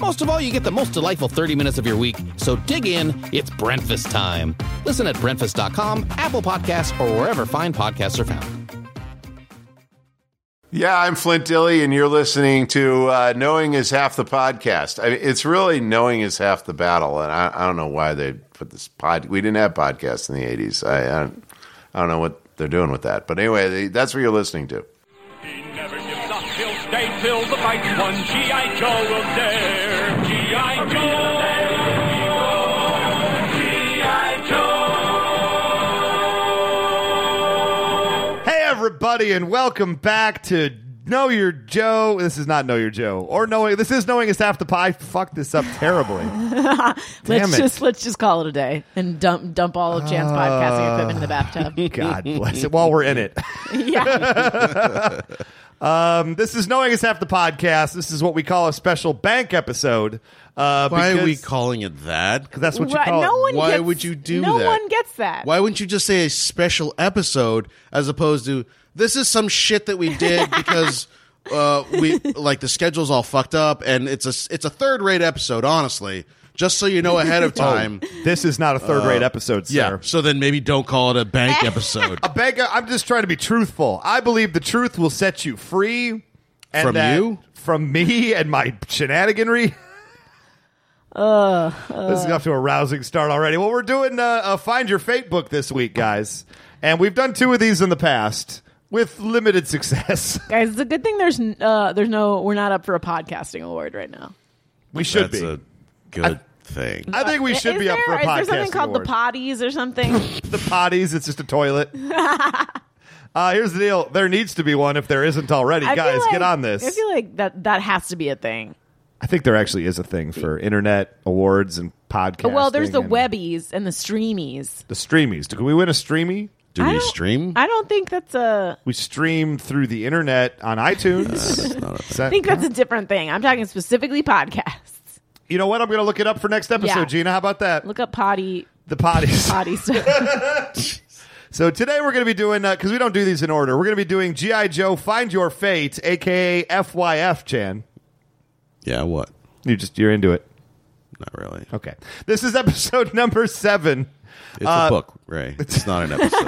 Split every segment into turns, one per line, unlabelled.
Most of all, you get the most delightful 30 minutes of your week. So dig in, it's breakfast time. Listen at breakfast.com, Apple Podcasts, or wherever fine podcasts are found.
Yeah, I'm Flint Dilly, and you're listening to uh, "Knowing Is Half the Podcast." I mean, it's really "Knowing Is Half the Battle," and I, I don't know why they put this pod. We didn't have podcasts in the '80s. I, I, don't, I don't know what they're doing with that, but anyway, they, that's what you're listening to.
He never gives up, he'll stay till the fight's won. G.I. Joe will dare. G.I. Joe. G.I. Joe.
Hey, everybody, and welcome back to Know Your Joe. This is not Know Your Joe, or knowing. This is knowing is half the pie. Fucked this up terribly. Damn
let's
it. Ah.
just let's just call it a day and dump dump all of Jan's podcasting equipment in the bathtub.
God bless it. While we're in it,
yeah,
um, this is knowing is half the podcast. This is what we call a special bank episode. Uh,
Why
because
are we calling it that?
'cause that's what you
Right,
call
no
it.
one.
Why
gets-
would you do
no
that?
one gets that.
Why wouldn't you just say a special episode as opposed to this is some shit that we did because uh, we like the schedule's all fucked up and it's a it's a third rate episode. Honestly, just so you know ahead
Oh,
of time.
This is not a third-rate episode, sir.
Uh, yeah. So then maybe don't call it a bank episode.
A bank. I'm just trying to be truthful. I believe the truth will set you free. And
From
that-
you?
from me, and my shenaniganry.
Uh,
this is off to a rousing start already. Well, we're doing uh, a Find Your Fate book this week, guys, and we've done two of these in the past with limited success.
Guys, it's a good thing there's uh, there's no we're not up for a podcasting award right now.
we should
that's
be.
a good thing.
I think we should
Uh, Is
be
there,
up for a
is
podcast.
there something called the potties or something?
the potties? It's just a toilet. Uh, here's the deal. There needs to be one if there isn't already.
I feel
Guys,
like-
get on this.
I feel like that that has to be a thing.
I think there actually is a thing for internet awards and podcasts.
Oh, well, there's the webbies and the streamies.
the streamies. Can we win a streamy?
Do
I
we
don't-
stream?
I don't think that's a.
We stream through the internet on iTunes. Is that-
I think that's a different thing. I'm talking specifically podcasts.
you know what? I'm going to look it up for next episode,
Yeah.
Gina. How about that?
Look up potty
the potties.
potty stuff.
So today we're going to be doing because we don't do these in order. We're going to be doing GI Joe Find Your Fate, aka FYF. Chan,
yeah. What?
you just you're into it.
Not really.
Okay, this is episode number seven.
It's a book, Ray. It's not an episode.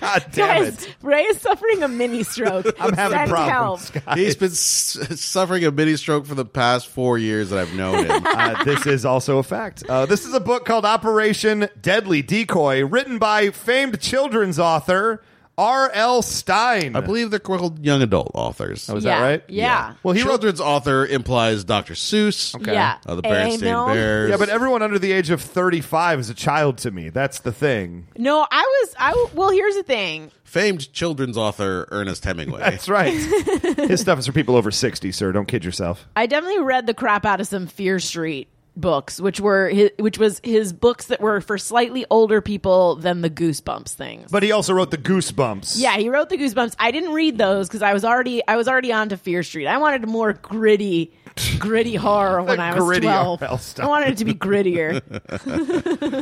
God damn
Guys,
it!
Ray is suffering a mini stroke.
I'm having
Send
problems.
help.
guys.
He's been s- suffering a mini stroke for the past four years that I've known him.
uh, this is also a fact. Uh, this is a book called Operation Deadly Decoy, written by famed children's author R.L. Stein.
I believe they're called young adult authors.
Was Oh, that right?
Yeah.
Well, he wrote.
Children's auther implies Dr. Seuss.
Okay. Yeah.
Uh, the Berenstain
Anal.
Bears.
Yeah, but everyone under the age of thirty-five is a child to me. That's the thing.
No, I was. I well. Here's the thing.
famed children's author Ernest Hemingway.
That's right. His stuff is for people over sixty, sir. Don't kid yourself.
I definitely read the crap out of some Fear Street books, which were his, which was his books that were for slightly older people than the Goosebumps things.
But he also wrote the Goosebumps.
yeah, he wrote the Goosebumps. I didn't read those because I was already I was already on to Fear Street. I wanted more gritty, gritty horror when I was
gritty
twelve.
R.L. Stein.
I wanted it to be grittier.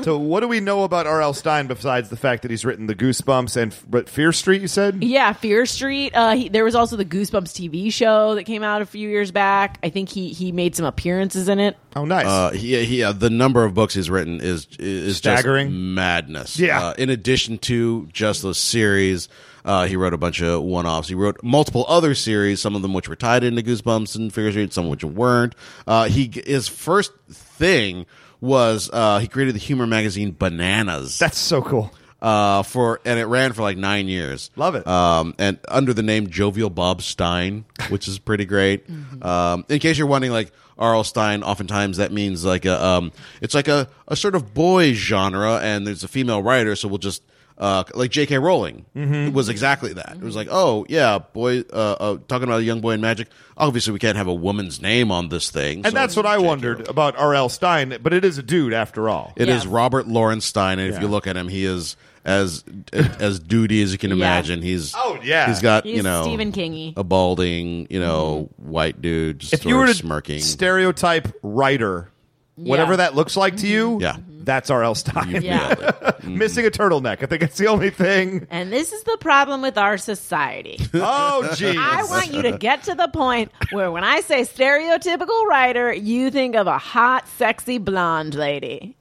So, what do we know about R.L. Stein besides the fact that he's written the Goosebumps and but Fear Street? You said.
Yeah, Fear Street. Uh, he, there was also the Goosebumps TV show that came out a few years back. I think he he made some appearances in it.
Oh, nice.
Uh, he, he, uh, the number of books he's written is is just
Staggering.
madness.
Yeah.
Uh, in addition to just those series, uh, he wrote a bunch of one offs. He wrote multiple other series, some of them which were tied into Goosebumps and Fear Street, some which weren't. Uh, he his first thing was uh, he created the humor magazine Bananas.
That's so cool.
uh, for and it ran for like nine years.
Love it.
Um, and under the name Jovial Bob Stein, which is pretty great.
Mm-hmm.
Um, in case you're wondering, like R.L. Stein, oftentimes that means like a um, it's like a a sort of boy genre, and there's a female writer, so we'll just. Uh, like J.K. Rowling
Mm-hmm.
was exactly that. It was like, oh yeah, boy, uh, uh, talking about a young boy in magic. Obviously, we can't have a woman's name on this thing.
And that's what I wondered about R.L. Stein, but it is a dude after all.
It is
Yeah.
Robert Lorenstein, and if you look at him, he is as as duty as you can imagine. He's
Oh, yeah.
he's got
He's
you know Oh,
Stephen Mm-hmm. Kingy.
a balding you know white dude just
If
sort
you were
of
to
smirking.
stereotype writer, whatever
Yeah.
that looks like to you,
Yeah.
that's R.L. Stein.
Yeah.
Mm-hmm.
Missing a turtleneck. I think it's the only thing.
And this is the problem with our society.
Oh,
I
jeez.
want you to get to the point where when I say stereotypical writer, you think of a hot, sexy blonde lady.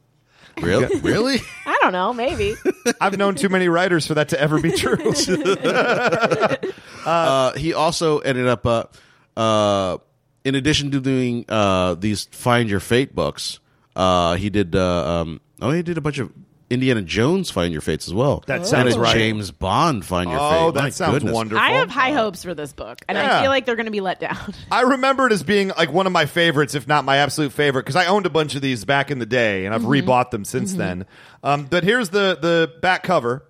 really, really,
I don't know, maybe.
I've known too many writers for that to ever be true.
uh, he also ended up uh, uh, in addition to doing uh, these Find Your Fate books, uh, he did uh, um, oh he did a bunch of. Indiana Jones Find Your Fates as well.
Oh.
That sounds
and a
right.
James Bond Find Your Fate.
Oh,
My
that sounds
goodness.
wonderful.
I have high hopes for this book, and
Yeah.
I feel like they're going to be let down.
I remember it as being like one of my favorites, if not my absolute favorite, because I owned a bunch of these back in the day, and I've rebought them since then. Um, but here's the the back cover: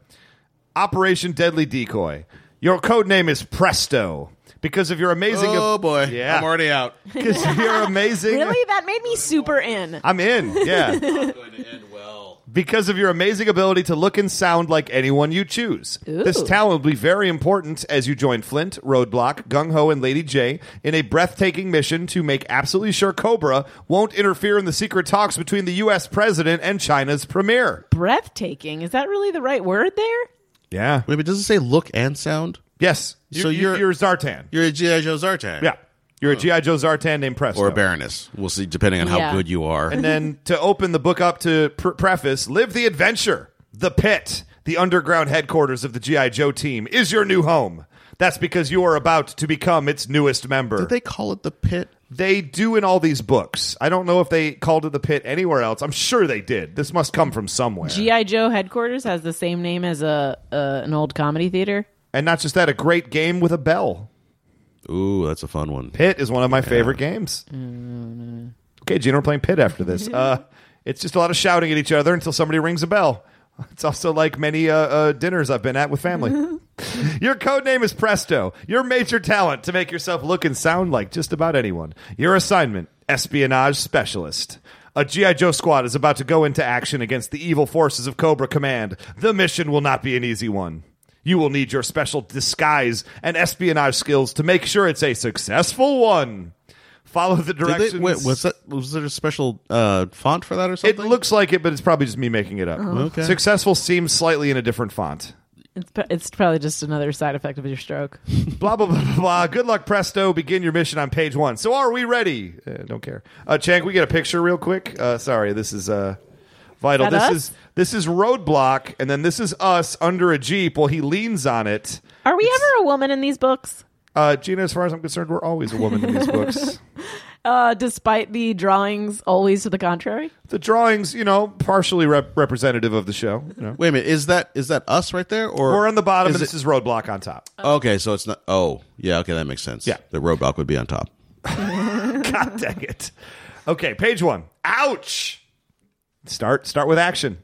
Operation Deadly Decoy. Your code name is Presto because of your amazing.
Oh boy,
yeah,
I'm already out.
because of your amazing.
really? That made me super in.
I'm in. Yeah,
going to end well.
because of your amazing ability to look and sound like anyone you choose. This talent will be very important as you join Flint, Roadblock, Gung Ho, and Lady J in a breathtaking mission to make absolutely sure Cobra won't interfere in the secret talks between the U.S. president and China's premier.
Breathtaking. Is that really the right word there?
Yeah.
Wait, but does it say look and sound?
Yes. You,
So
you-
you're-
you're Zartan.
You're a GI Joe Zartan,
yeah. You're a GI Joe Zartan named Presto.
or a Baroness. We'll see, depending on how
Yeah.
good you are.
and then to open the book up to pr- preface, live the adventure. The pit, the underground headquarters of the GI Joe team, is your new home. That's because you are about to become its newest member.
Did they call it the pit?
They do in all these books. I don't know if they called it the pit anywhere else. I'm sure they did. This must come from somewhere.
GI Joe headquarters has the same name as a uh, an old comedy theater.
and not just that, a great game with a bell.
Ooh, that's a fun one.
Pit is one of my favorite games.
Mm.
Okay, Gina, we're playing Pit after this. Uh, it's just a lot of shouting at each other until somebody rings a bell. It's also like many uh, uh, dinners I've been at with family. Your code name is Presto. Your major talent to make yourself look and sound like just about anyone. Your assignment espionage specialist. A G.I. Joe squad is about to go into action against the evil forces of Cobra Command. The mission will not be an easy one. You will need your special disguise and espionage skills to make sure it's a successful one. Follow the
Did
directions.
they, wait, was that was there a special uh, font for that or
it
something? Oh.
looks like it, but it's probably just me making it up.
Okay.
Successful seems slightly in a different font.
It's, pr- it's probably just another side effect of your stroke.
blah blah blah blah. blah. Good luck, Presto. Begin your mission on page one. So, are we ready? Uh, don't care. Uh, Chang, we get a picture real quick. Uh, sorry, this is uh, vital.
That
This
us?
is this is roadblock, and then this is us under a jeep. While he leans on it.
Are we ever a woman in these books?
Uh, Gina, as far as I'm concerned, we're always a woman in these books.
Uh, despite the drawings always to the contrary?
The drawings, you know, partially rep- representative of the show. You know.
Wait a minute, is that is that us right there? Or
We're on the bottom,
Is
and this
it-
is roadblock on top.
okay, so it's not. Oh, yeah, okay, that makes sense.
Yeah.
the roadblock would be on top.
God dang it. Okay, page one. Ouch. Start start with action.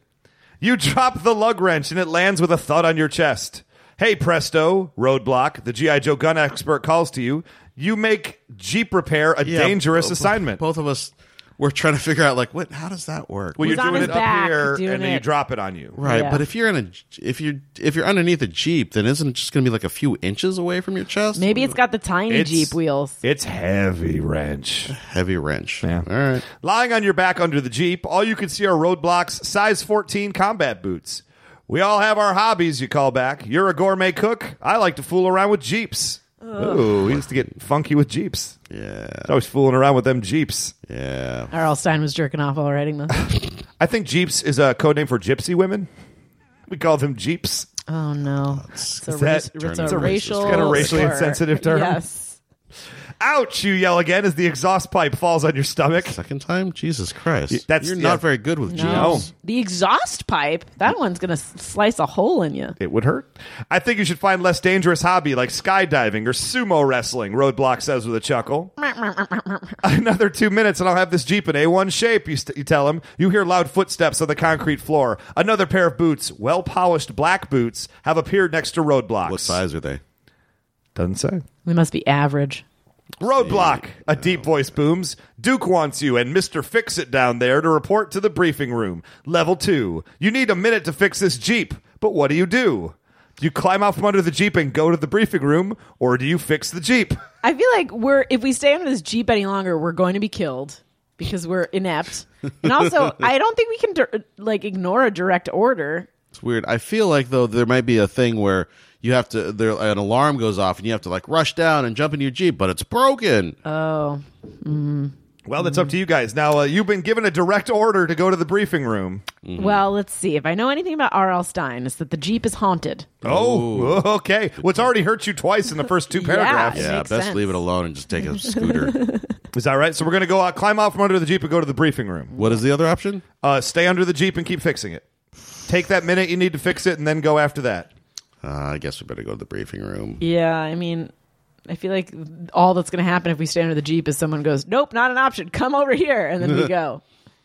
You drop the lug wrench and it lands with a thud on your chest. Hey presto, roadblock, the G.I. Joe gun expert calls to you. You make Jeep repair a
Yeah,
dangerous
bo- bo-
assignment.
Both of us were trying to figure out like, what? How does that work?
well, you're
He's on
doing
his
it up
back,
here
doing
and then you
it.
drop it on you.
Right,
Yeah.
but if you're in a if you're if you're underneath a jeep, then isn't it just going to be like a few inches away from your chest?
Maybe it's got the tiny
It's-
Jeep wheels.
It's heavy wrench.
heavy wrench.
Yeah.
All right.
Lying on your back under the Jeep, all you can see are roadblocks, size 14 combat boots. We all have our hobbies, you call back. You're a gourmet cook. I like to fool around with Jeeps. Ooh, we used to get funky with Jeeps.
Yeah.
I was fooling around with them Jeeps.
Yeah.
Arl Stein was jerking off while writing this.
I think Jeeps is a code name for gypsy women. We call them Jeeps.
oh, no. It's a,
that-
rac- it's
Turn
a
into
racial.
It's got a racially
slur.
insensitive term.
Yes.
Ouch! You yell again as the exhaust pipe falls on your stomach.
Second time? Jesus Christ.
that's-
You're
yeah.
not very good with
No.
jumps.
The exhaust pipe, that one's going to slice a hole in you.
It would hurt. I think you should find less dangerous hobby like skydiving or sumo wrestling. Roadblock says with a chuckle. Another two minutes and I'll have this jeep in A1 shape. You, st- you tell him. You hear loud footsteps on the concrete floor. Another pair of boots, well polished black boots, have appeared next to Roadblock.
What size are they?
Doesn't say.
They must be average.
Roadblock, a deep voice booms. Duke wants you and Mr. Fix It down there to report to the briefing room. Level two. You need a minute to fix this Jeep, but what do you do? Do you climb out from under the Jeep and go to the briefing room, or do you fix the Jeep?
I feel like we're if we stay on this jeep any longer, we're going to be killed because we're inept. And also, I don't think we can dir- like ignore a direct order.
It's weird. I feel like though there might be a thing where you have to there an alarm goes off and you have to like rush down and jump into your Jeep, but it's broken.
Oh,
Well, that's up to you guys. Now, uh, you've been given a direct order to go to the briefing room.
Well, let's see. If I know anything about R.L. Stein, it's that the jeep is haunted.
Oh, okay. What's already hurt you twice in the first two paragraphs.
yeah,
makes
best
sense.
leave it alone and just take a scooter.
Is that right? So we're going to go out, climb out from under the Jeep and go to the briefing room.
what is the other option?
Uh, stay under the Jeep and keep fixing it. Take that minute you need to fix it and then go after that.
Uh, I guess we better go to the briefing room.
Yeah, I mean, I feel like all that's going to happen if we stay under the jeep is someone goes, "Nope, not an option. Come over here," and then we go.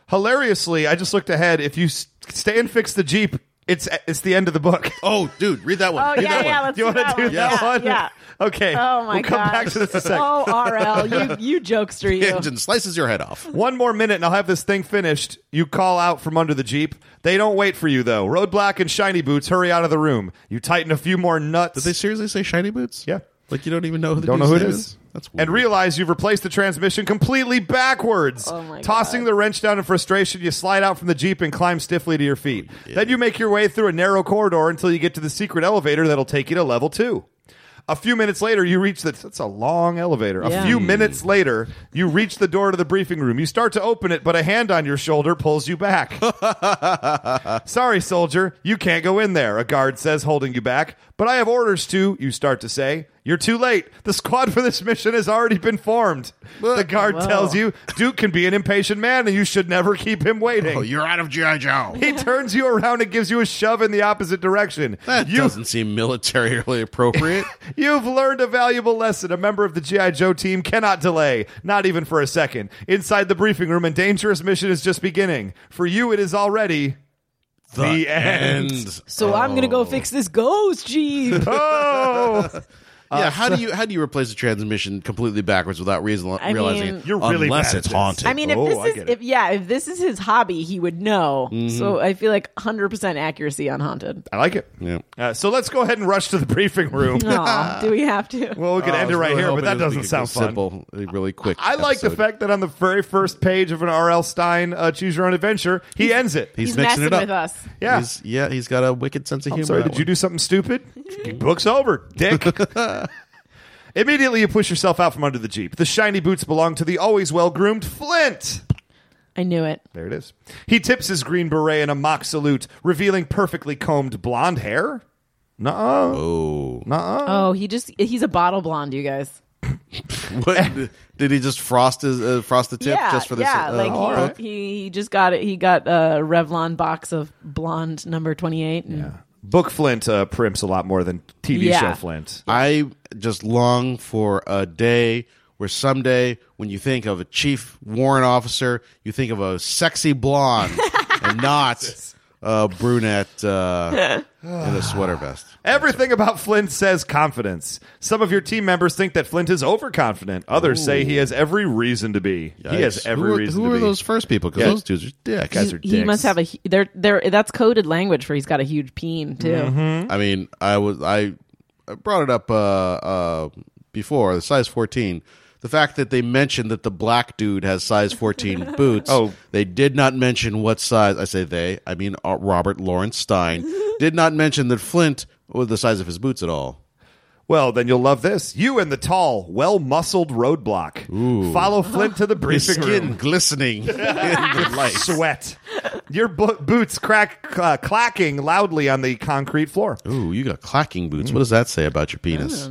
Hilariously, I just looked ahead. If you s- stay and fix the Jeep, it's it's the end of the book.
Oh, dude, read that one.
Oh
Read
yeah,
that
yeah.
one.
Let's
Do you
want to
do that one?
Yeah.
Okay.
Oh my
We'll
god.
come back to this in a second.
Oh RL, you you jokester you.
Engine slices your head off.
One more minute and I'll have this thing finished. You call out from under the Jeep. They don't wait for you, though. Roadblock and Shiny Boots hurry out of the room. You tighten a few more nuts.
Did they seriously say shiny boots?
Yeah.
Like you don't even know who the
Don't know
dude's
who it
name
is.
That's weird.
and realize you've replaced the transmission completely backwards.
Oh my
Tossing
God.
the wrench down in frustration, you slide out from the Jeep and climb stiffly to your feet. Then you make your way through a narrow corridor until you get to the secret elevator that'll take you to level two. A few minutes later, you reach the. That's a long elevator.
Yeah.
A
Hmm.
few minutes later, you reach the door to the briefing room. You start to open it, but a hand on your shoulder pulls you back. Sorry, soldier, you can't go in there, a guard says, holding you back. But I have orders to, you start to say. You're too late. The squad for this mission has already been formed. The guard
Whoa.
tells you Duke can be an impatient man and you should never keep him waiting.
Oh, you're out of GI Joe.
he turns you around and gives you a shove in the opposite direction.
That
you,
doesn't seem militarily appropriate.
You've learned a valuable lesson. A member of the G.I. Joe team cannot delay, not even for a second. Inside the briefing room, a dangerous mission is just beginning. For you, it is already.
the end.
So I'm gonna go fix this ghost jeep.
Oh!
Yeah, how
uh,
do you how do you replace a transmission completely backwards without reason,
I
realizing
mean-
it?
You're really
unless
bad at
it's
this.
haunted.
I mean, if
Oh, I
this is
get it. Mm-hmm.
if yeah, if this is his hobby, he would know. So I feel like 100% accuracy on haunted.
I like it.
Yeah.
Uh, so let's go ahead and rush to the briefing room. Uh,
Aw, do we have to?
Well, we could
I
end it
was
right
really
here, but
hoping
that
we
doesn't
could go
sound fun.
Simple, a really quick.
I like the
episode.
fact that on the very first page of an R.L. Stein uh, Choose Your Own Adventure, he ends it.
he's,
He's
mixing
messing
it up
with us.
Yeah.
He's, yeah, he's got a wicked sense of humor.
I'm sorry,
that
did you
one.
do something stupid? Book's over, dick. Immediately, you push yourself out from under the Jeep. The shiny boots belong to the always well groomed Flint.
I knew it.
There it is. He tips his green beret in a mock salute, revealing perfectly combed blonde hair. Nuh uh.
Oh, he just he's a bottle blonde, you guys.
What, did he just frost his uh, frost the tip
yeah,
just for this?
yeah.
uh,
like
all
he,
right.
he he just got it. He got a Revlon box of blonde number 28. and-
Book Flint uh, primps a lot more than TV
Yeah.
show Flint.
I just long for a day where someday, when you think of a chief warrant officer, you think of a sexy blonde and not a brunette uh, in a sweater vest.
Everything about Flint says confidence. Some of your team members think that Flint is overconfident. Others say he has every reason to be. He has
Yikes.
every
who are,
reason
Who
to
are
be.
those first people? Because
Yeah.
those dudes are dicks.
Guys are
he
dicks.
must have a there there that's coded language for he's got a huge peen too.
I mean, I was I I brought it up uh, uh, before the size fourteen. The fact that they mentioned that the black dude has size fourteen boots.
Oh.
they did not mention what size. I say they. I mean uh, Robert Lawrence Stein did not mention that Flint was the size of his boots at all.
Well, then you'll love this. You and the tall, well muscled roadblock. Follow Flint to the
His
briefing
skin
room.
glistening in the light.
Sweat. Your bo- boots crack uh, clacking loudly on the concrete floor. Hmm.
Ooh, you got clacking boots. What does that say about your penis?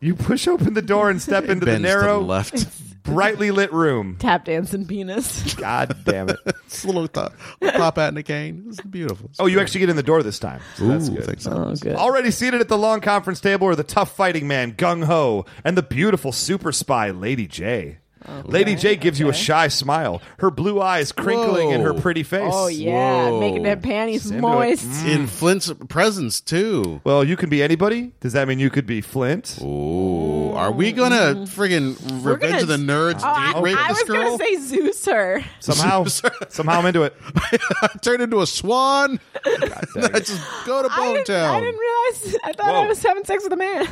You push open the door and step into the
Bends to
narrow,
the left.
brightly lit room.
Tap dance and penis.
God damn it!
It's a little top, top hat and a cane. It's beautiful.
Oh, you actually get in the door this time. So that's
Ooh,
good.
thanks.
Oh, good.
Already seated at the long conference table are the tough fighting man Gung Ho and the beautiful super spy Lady J. Lady J gives you a shy smile, her blue eyes crinkling in her
Whoa.
pretty face.
Oh yeah,
Whoa.
making them panties
Send it.
moist.
In Flint's presence too.
Well, you can be anybody. Does that mean you could be Flint?
Ooh, are we gonna friggin'
Mm-hmm. We're gonna-
revenge of the nerds?
Oh, I,
date rape
I
this
was gonna
girl?
say Zeus her.
Somehow, somehow I'm into it.
I turned into a swan.
dang it.
I just go to
I
Bone
didn't, I
Town.
didn't realize. I thought
Whoa.
I was having sex with a man.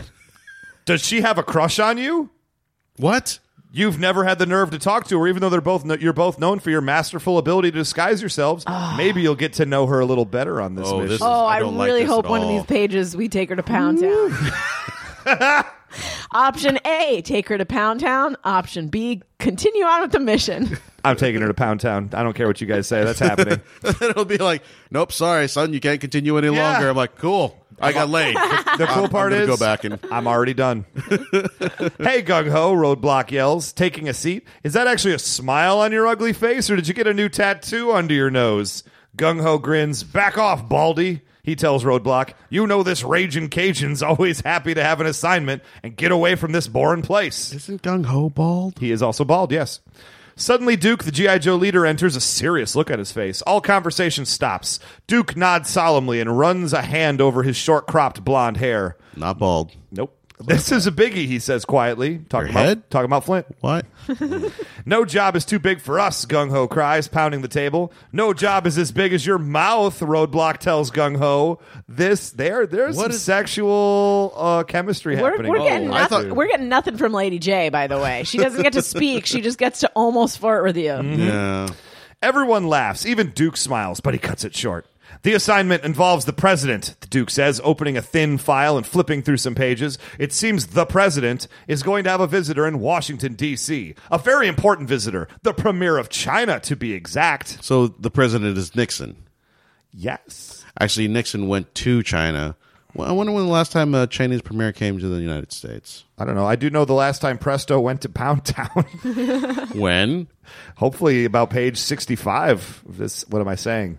Does she have a crush on you?
What?
You've never had the nerve to talk to her, even though they're both kno- you're both known for your masterful ability to disguise yourselves. Maybe you'll get to know her a little better on this
Ah. Oh,
mission.
this is-
Oh, I,
I don't like
really
this
hope
at
one of
all.
these pages we take her to Pound Town. Option A, take her to Pound Town. Option B, continue on with the mission.
I'm taking her to Pound Town. I don't care what you guys say. That's happening.
It'll be like, nope, sorry, son, you can't continue any
Yeah.
longer. I'm like, cool, I got laid.
The cool part
I'm
is
gonna go back and
I'm already done. hey, gung ho! Roadblock yells, taking a seat. Is that actually a smile on your ugly face, or did you get a new tattoo under your nose? Gung ho grins. Back off, Baldy. He tells Roadblock, "You know this raging Cajun's always happy to have an assignment and get away from this boring place."
isn't Gung Ho bald?
He is also bald, yes. Suddenly, Duke, the G.I. Joe leader, enters a serious look at his face. All conversation stops. Duke nods solemnly and runs a hand over his short cropped blonde hair.
Not bald.
Nope. This is a biggie, he says quietly. Talking
Your
about
head?
talking about Flint.
What?
No job is too big for us, Gung Ho cries, pounding the table. No job is as big as your mouth, Roadblock tells Gung Ho. This there there's
What
some
is-
sexual uh, chemistry
We're,
happening.
we're getting
Oh, I
nothing,
thought-
we're getting nothing from Lady J, by the way. She doesn't get to speak. She just gets to almost flirt with you.
Yeah.
Everyone laughs, even Duke smiles, but he cuts it short. The assignment involves the president, the Duke says, opening a thin file and flipping through some pages. It seems the president is going to have a visitor in Washington, D.C., a very important visitor, the premier of China, to be exact.
So the president is Nixon.
Yes.
Actually, Nixon went to China. Well, I wonder when the last time a Chinese premier came to the United States.
I don't know. I do know the last time Presto went to Pound Town.
When?
Hopefully, about page 65. of This, what am I saying?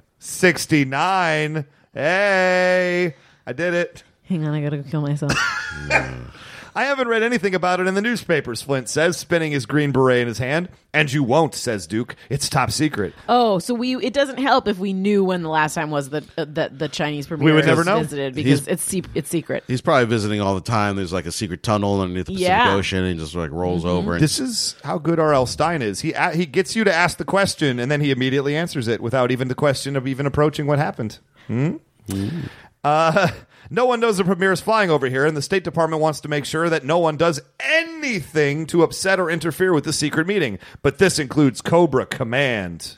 69. Hey, I did it.
Hang on, I gotta go kill myself.
I haven't read anything about it in the newspapers, Flint says, spinning his green beret in his hand. And you won't, says Duke. It's top secret.
oh, so we it doesn't help if we knew when the last time was that uh, that the Chinese premier
would never
was
know.
visited
He's-
because it's se- it's secret.
He's probably visiting all the time. There's like a secret tunnel underneath the Pacific
Yeah. Mm-hmm.
Ocean and he just like rolls over. And
This is how good R.L. Stein is. He a- he gets you to ask the question, and then he immediately answers it without even the question of even approaching what happened. Hmm? Uh, no one knows the premier is flying over here, and the State Department wants to make sure that no one does anything to upset or interfere with the secret meeting. But this includes Cobra Command.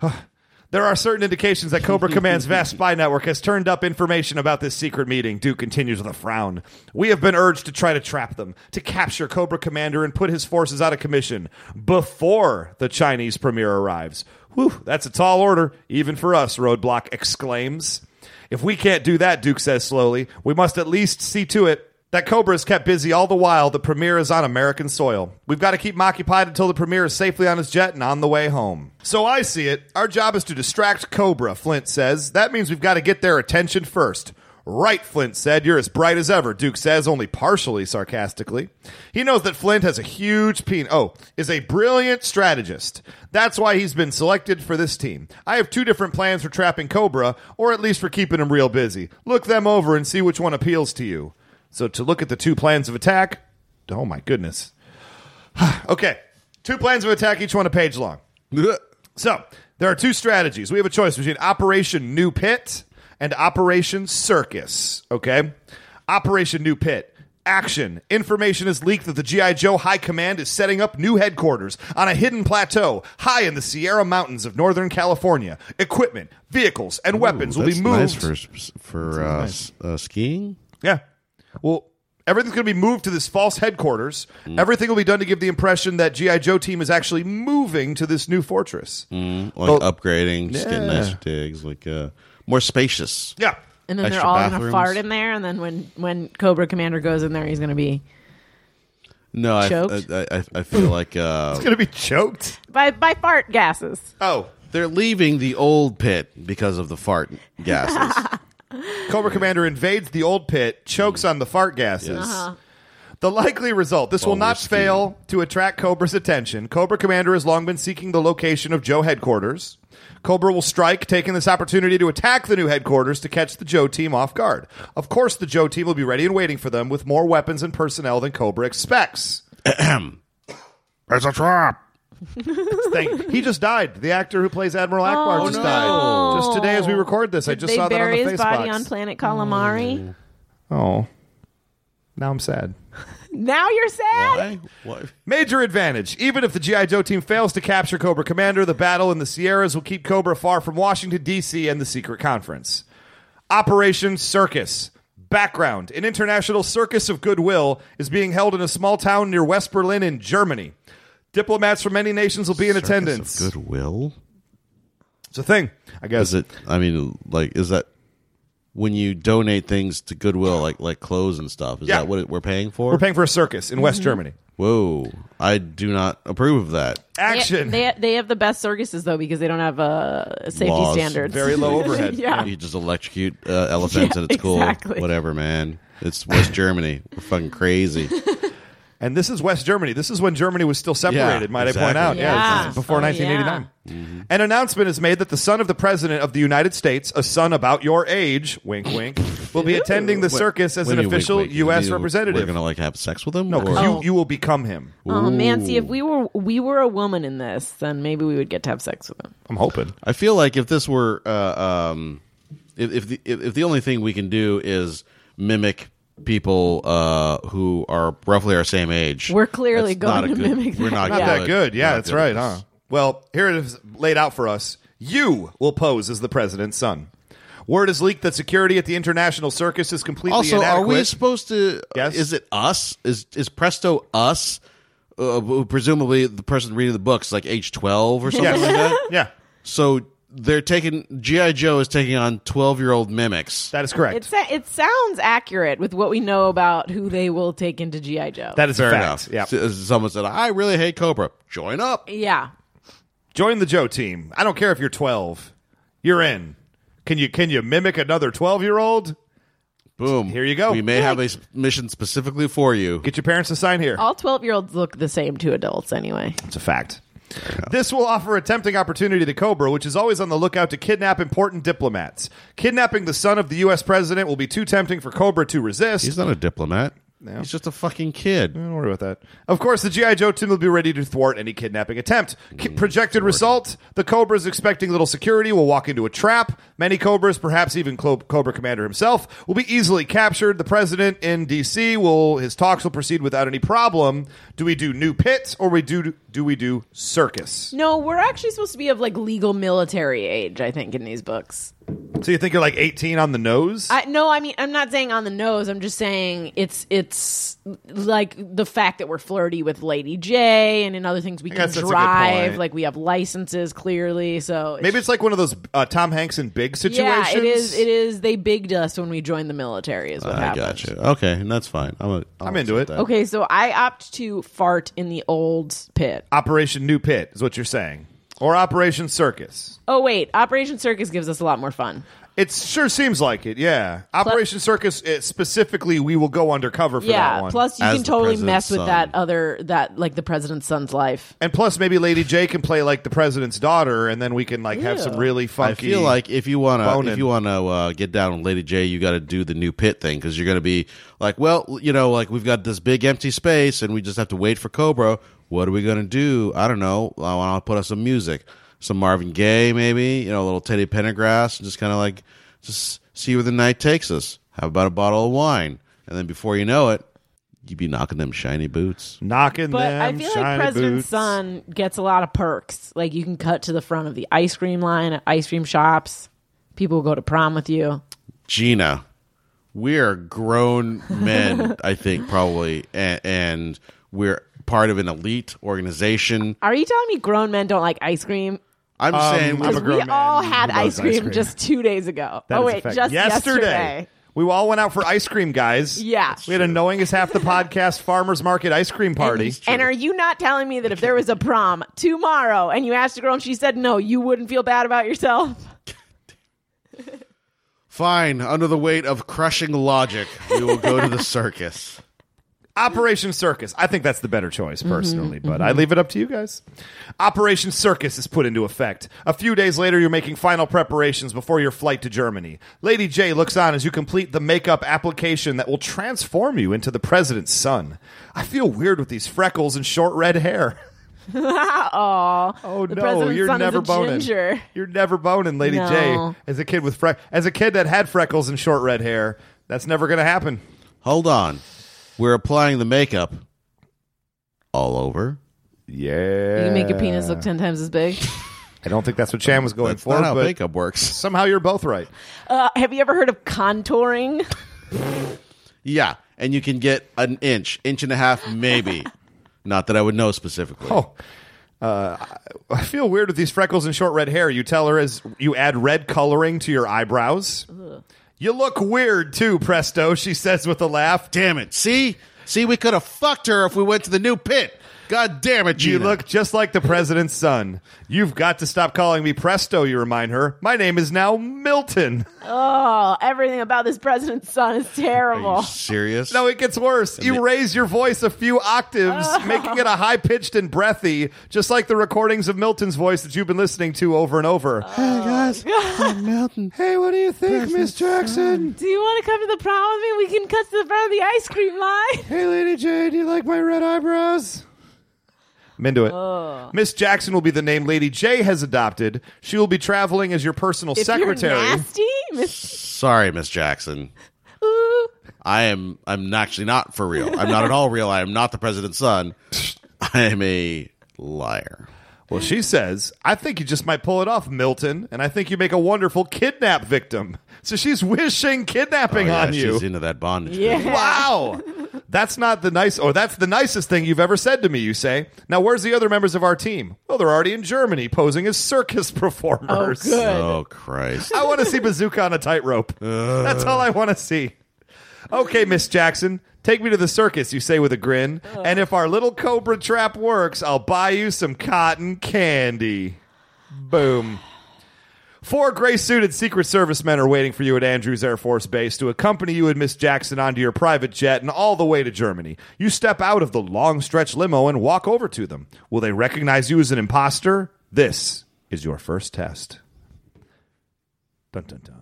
There are certain indications that Cobra Command's vast spy network has turned up information about this secret meeting, Duke continues with a frown. We have been urged to try to trap them, to capture Cobra Commander and put his forces out of commission before the Chinese premier arrives. Whew, that's a tall order, even for us, Roadblock exclaims. If we can't do that, Duke says slowly, we must at least see to it that Cobra is kept busy all the while the Premier is on American soil. We've got to keep him occupied until the Premier is safely on his jet and on the way home. So I see it. Our job is to distract Cobra, Flint says. That means we've got to get their attention first. Right, Flint said. You're as bright as ever, Duke says, only partially sarcastically. He knows that Flint has a huge pen. Oh, is a brilliant strategist. That's why he's been selected for this team. I have two different plans for trapping Cobra, or at least for keeping him real busy. Look them over and see which one appeals to you. So to look at the two plans of attack, oh my goodness. okay, two plans of attack, each one a page long. So there are two strategies. We have a choice between Operation New Pit and Operation Circus. Okay. Operation New Pit. Action. Information is leaked that the G.I. Joe High Command is setting up new headquarters on a hidden plateau high in the Sierra Mountains of Northern California. Equipment, vehicles, and weapons will be
that's
moved.
nice for, for uh, s- uh, skiing.
Yeah. Well, everything's going to be moved to this false headquarters. Everything will be done to give the impression that GI Joe team is actually moving to this new fortress.
Mm-hmm. Like
Well,
upgrading, just getting
yeah.
nicer digs, like uh, more spacious.
Yeah.
and then they're
Extra
all gonna
bathrooms.
fart in there, and then when when Cobra Commander goes in there, he's gonna be
No, I,
Choked?
I, I, I feel like uh,
Gonna be choked.
by by fart gases.
Oh,
they're leaving the old pit because of the fart gases.
Cobra Commander invades the old pit, chokes on the fart gases.
Uh-huh.
The likely result this will not fail to attract Cobra's attention. Cobra Commander has long been seeking the location of Joe headquarters. Cobra will strike, taking this opportunity to attack the new headquarters to catch the Joe team off guard. Of course, the Joe team will be ready and waiting for them with more weapons and personnel than Cobra expects.
It's a trap.
Thank- he just died. The actor who plays Admiral Akbar just died. Just today, as we record this, I
Oh, Did
just
they
saw that on the
bury his body
Facebook.
on planet Calamari?
oh, now I'm sad.
Now you're sad.
Why? Why?
Major advantage. Even if the G.I. Joe team fails to capture Cobra Commander, the battle in the Sierras will keep Cobra far from Washington, D.C. and the secret conference. Operation Circus. Background An international circus of goodwill is being held in a small town near West Berlin in Germany. Diplomats from many nations will be in attendance.
Circus of Goodwill.
It's a thing, I guess.
Is it? I mean, like, is that when you donate things to Goodwill, like like clothes and stuff? Is
Yeah.
that what it, we're paying for?
We're paying for a circus in West
Mm-hmm.
Germany.
Whoa! I do not approve of that.
Action.
They, they they have the best circuses though because they don't have uh, safety
Laws.
standards.
Very low overhead.
yeah.
You just electrocute uh, elephants
Yeah,
and it's cool.
exactly.
Whatever, man. It's West Germany. We're fucking crazy.
And this is West Germany. This is when Germany was still separated,
Yeah,
might I point
exactly. Mm-hmm.
out. Yeah,
Yeah.
this is before
Oh,
1989. An announcement is made that the son of the president of the United States, a son about your age, wink, wink, will be attending the circus as
When
an
you wink,
official
wink,
U.S.
you- We're
representative.
gonna like have sex with him.
no, because
or-
you, you will become him.
Oh man, see if we were we were a woman in this, then maybe we would get to have sex with him.
I'm hoping.
I feel like if this were, uh, um, if if the, if if the only thing we can do is mimic people uh, who are roughly our same age,
We're clearly
that's not
going
a
to
good-
mimic
We're
that.
not,
Not that good. Yeah,
Not
that's
good
right,
at
huh?
this.
Well, here it is laid out for us. You will pose as the president's son. Word is leaked that security at the international circus is completely
Also, are
inadequate.
we supposed to?
Yes.
Is it us? Is is Presto us? Uh, who presumably, the person reading the book is like age twelve or something
Yes.
like that.
yeah,
So they're taking GI Joe is taking on twelve year old mimics.
that is correct.
It sa- it sounds accurate with what we know about who they will take into GI Joe.
that is
Fair
a fact. Yeah.
enough. S- uh, Someone said, "I really hate Cobra. Join up."
yeah.
Join the Joe team. I don't care if you're 12. You're in. Can you can you mimic another 12-year-old?
Boom.
Here you go.
We may have a s- mission specifically for you.
Get your parents to sign here.
All 12 year olds look the same to adults anyway.
It's a fact. This will offer a tempting opportunity to Cobra, which is always on the lookout to kidnap important diplomats. Kidnapping the son of the U.S. president will be too tempting for Cobra to resist.
He's not a diplomat. He's just a fucking kid.
Don't worry about that. Of course, the G.I. Joe team will be ready to thwart any kidnapping attempt. Ki- projected result the Cobras expecting little security will walk into a trap. Many Cobras, perhaps even Clo- Cobra Commander himself, will be easily captured. The president in D.C. will, his talks will proceed without any problem. Do we do new pits or we do, do we do circus?
No, we're actually supposed to be of like legal military age, I think, in these books.
So you think you're like 18 on the nose?
I, no, I mean, I'm not saying on the nose. I'm just saying it's it's like the fact that we're flirty with Lady J and in other things we
I
can
guess that's a good point.
drive. Like we have licenses clearly, so
Maybe it's like one of those uh, Tom Hanks and Big situations.
Yeah, it is. It is. They bigged us when we joined the military. Is what
I
happened.
gotcha. Okay, and that's fine. I'm, a,
I'm into it.
Okay, so I opt to fart in the old pit.
Operation New Pit is what you're saying. Or Operation Circus.
Oh wait, Operation Circus gives us a lot more fun.
It sure seems like it, yeah. Operation Circus uh, specifically, we will go undercover for that
yeah.
one.
Plus, you
As
can
the
totally
president's
mess with
son.
that other that like the president's son's life.
and plus, maybe Lady J can play like the president's daughter, and then we can like have
Ew.
some really
I
funky.
feel like if you want to,
Bonin.
if you want to uh, get down on Lady J, you got to do the new pit thing because you're going to be like, well, you know, like we've got this big empty space and we just have to wait for Cobra. What are we going to do? I don't know. I want to put up some music, some Marvin Gaye, maybe you know, a little Teddy Pendergrass, and just kind of like just see where the night takes us. Have about a bottle of wine, and then before you know it, you'd be knocking them shiny boots.
knocking
But
them.
I feel like
shiny
president's
boots.
son gets a lot of perks. Like you can cut to the front of the ice cream line at ice cream shops. People will go to prom with you.
Gina, we are grown men, I think, probably, and, and we're part of an elite organization.
Are you telling me grown men don't like ice cream?
I'm
Um,
saying
I'm a
Because we
grown man
all
who
had
loves
ice cream,
ice cream.
just two days ago.
That
oh
is a
wait,
fact.
just yesterday.
We all went out for ice cream, guys.
Yeah.
We had a knowing is half the podcast farmers market ice cream party.
And are you not telling me that if there was a prom tomorrow and you asked a girl and she said no, you wouldn't feel bad about yourself?
fine. Under the weight of crushing logic, we will go to the circus.
Operation Circus. I think that's the better choice,
Mm-hmm.
personally, but I leave it up to you guys. Operation Circus is put into effect. A few days later, you're making final preparations before your flight to Germany. Lady J looks on as you complete the makeup application that will transform you into the president's son. I feel weird with these freckles and short red hair. Oh
The
no,
president's
you're
son is
never
a
boning.
ginger.
You're never boning, Lady
No.
J. As a kid with fre- as a kid that had freckles and short red hair, that's never going to happen.
Hold on. We're applying the makeup all over.
Yeah.
You make your penis look ten times as big.
I don't think that's what Chan was going
That's
for,
not how
but
makeup works.
somehow you're both right.
Uh, have you ever heard of contouring?
Yeah, and you can get an inch, inch and a half, maybe. Not that I would know specifically.
Oh. Uh, I feel weird with these freckles and short red hair. You tell her as you add red coloring to your eyebrows. You look weird too, Presto, she says with a laugh.
Damn it! See, see, we could have fucked her if we went to the new pit. God damn it,
You
Gina.
look just like the president's son. You've got to stop calling me Presto, you remind her. My name is now Milton.
Oh, everything about this president's son is terrible.
serious.
Oh. No, it gets worse. You raise your voice a few octaves, making it a high pitched and breathy, just like the recordings of Milton's voice that you've been listening to over and over.
Oh, hey guys, I'm Milton.
Hey, what do you think, Miss Jackson?
Do you want to come to the prom with me? We can cut to the front of the ice cream line.
Hey, Lady J, do you like my red eyebrows? I'm into it.
Oh.
Miss Jackson will be the name Lady J has adopted. She will be traveling as your personal
If
secretary.
you're nasty, Miss.
Sorry, Miss Jackson.
Ooh.
I am. I'm actually not for real. I'm not at all real. I am not the president's son. I am a liar.
Well, she says, I think you just might pull it off, Milton, and I think you make a wonderful kidnap victim. So she's wishing kidnapping
Oh, yeah,
on you.
She's into that bondage.
Yeah.
Wow. That's not the nice or that's the nicest thing you've ever said to me, you say. Now where's the other members of our team? Well, they're already in Germany posing as circus
Oh,
performers.
good.
Oh Christ!
I want to see Bazooka on a tightrope. That's all I want to see. Okay, Miss Jackson, take me to the circus, you say with a grin. And if our little cobra trap works, I'll buy you some cotton candy. Boom. Four gray suited Secret Service men are waiting for you at Andrews Air Force Base to accompany you and Miss Jackson onto your private jet and all the way to Germany. You step out of the long stretch limo and walk over to them. Will they recognize you as an imposter? This is your first test. Dun, dun, dun.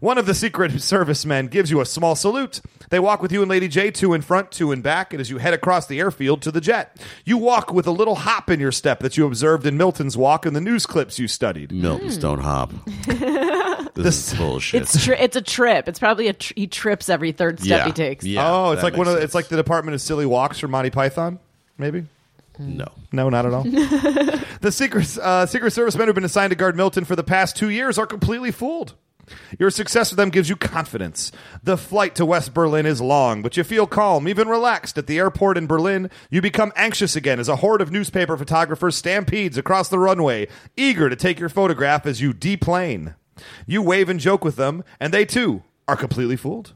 One of the Secret Service men gives you a small salute. They walk with you and Lady J, two in front, two in back, and as you head across the airfield to the jet, you walk with a little hop in your step that you observed in Milton's walk in the news clips you studied.
Milton's don't hop. This is bullshit.
It's tri- it's a trip. It's probably a tr- he trips every third step
yeah.
he takes.
Yeah,
oh, it's
that
like one
makes
of the, it's like
sense.
the Department of Silly Walks from Monty Python, maybe.
no.
No, not at all. the secret uh, Secret Service men who've been assigned to guard Milton for the past two years are completely fooled. Your success with them gives you confidence. The flight to West Berlin is long, but you feel calm, even relaxed. At the airport in Berlin, you become anxious again as a horde of newspaper photographers stampedes across the runway, eager to take your photograph as you deplane. You wave and joke with them, and they too are completely fooled.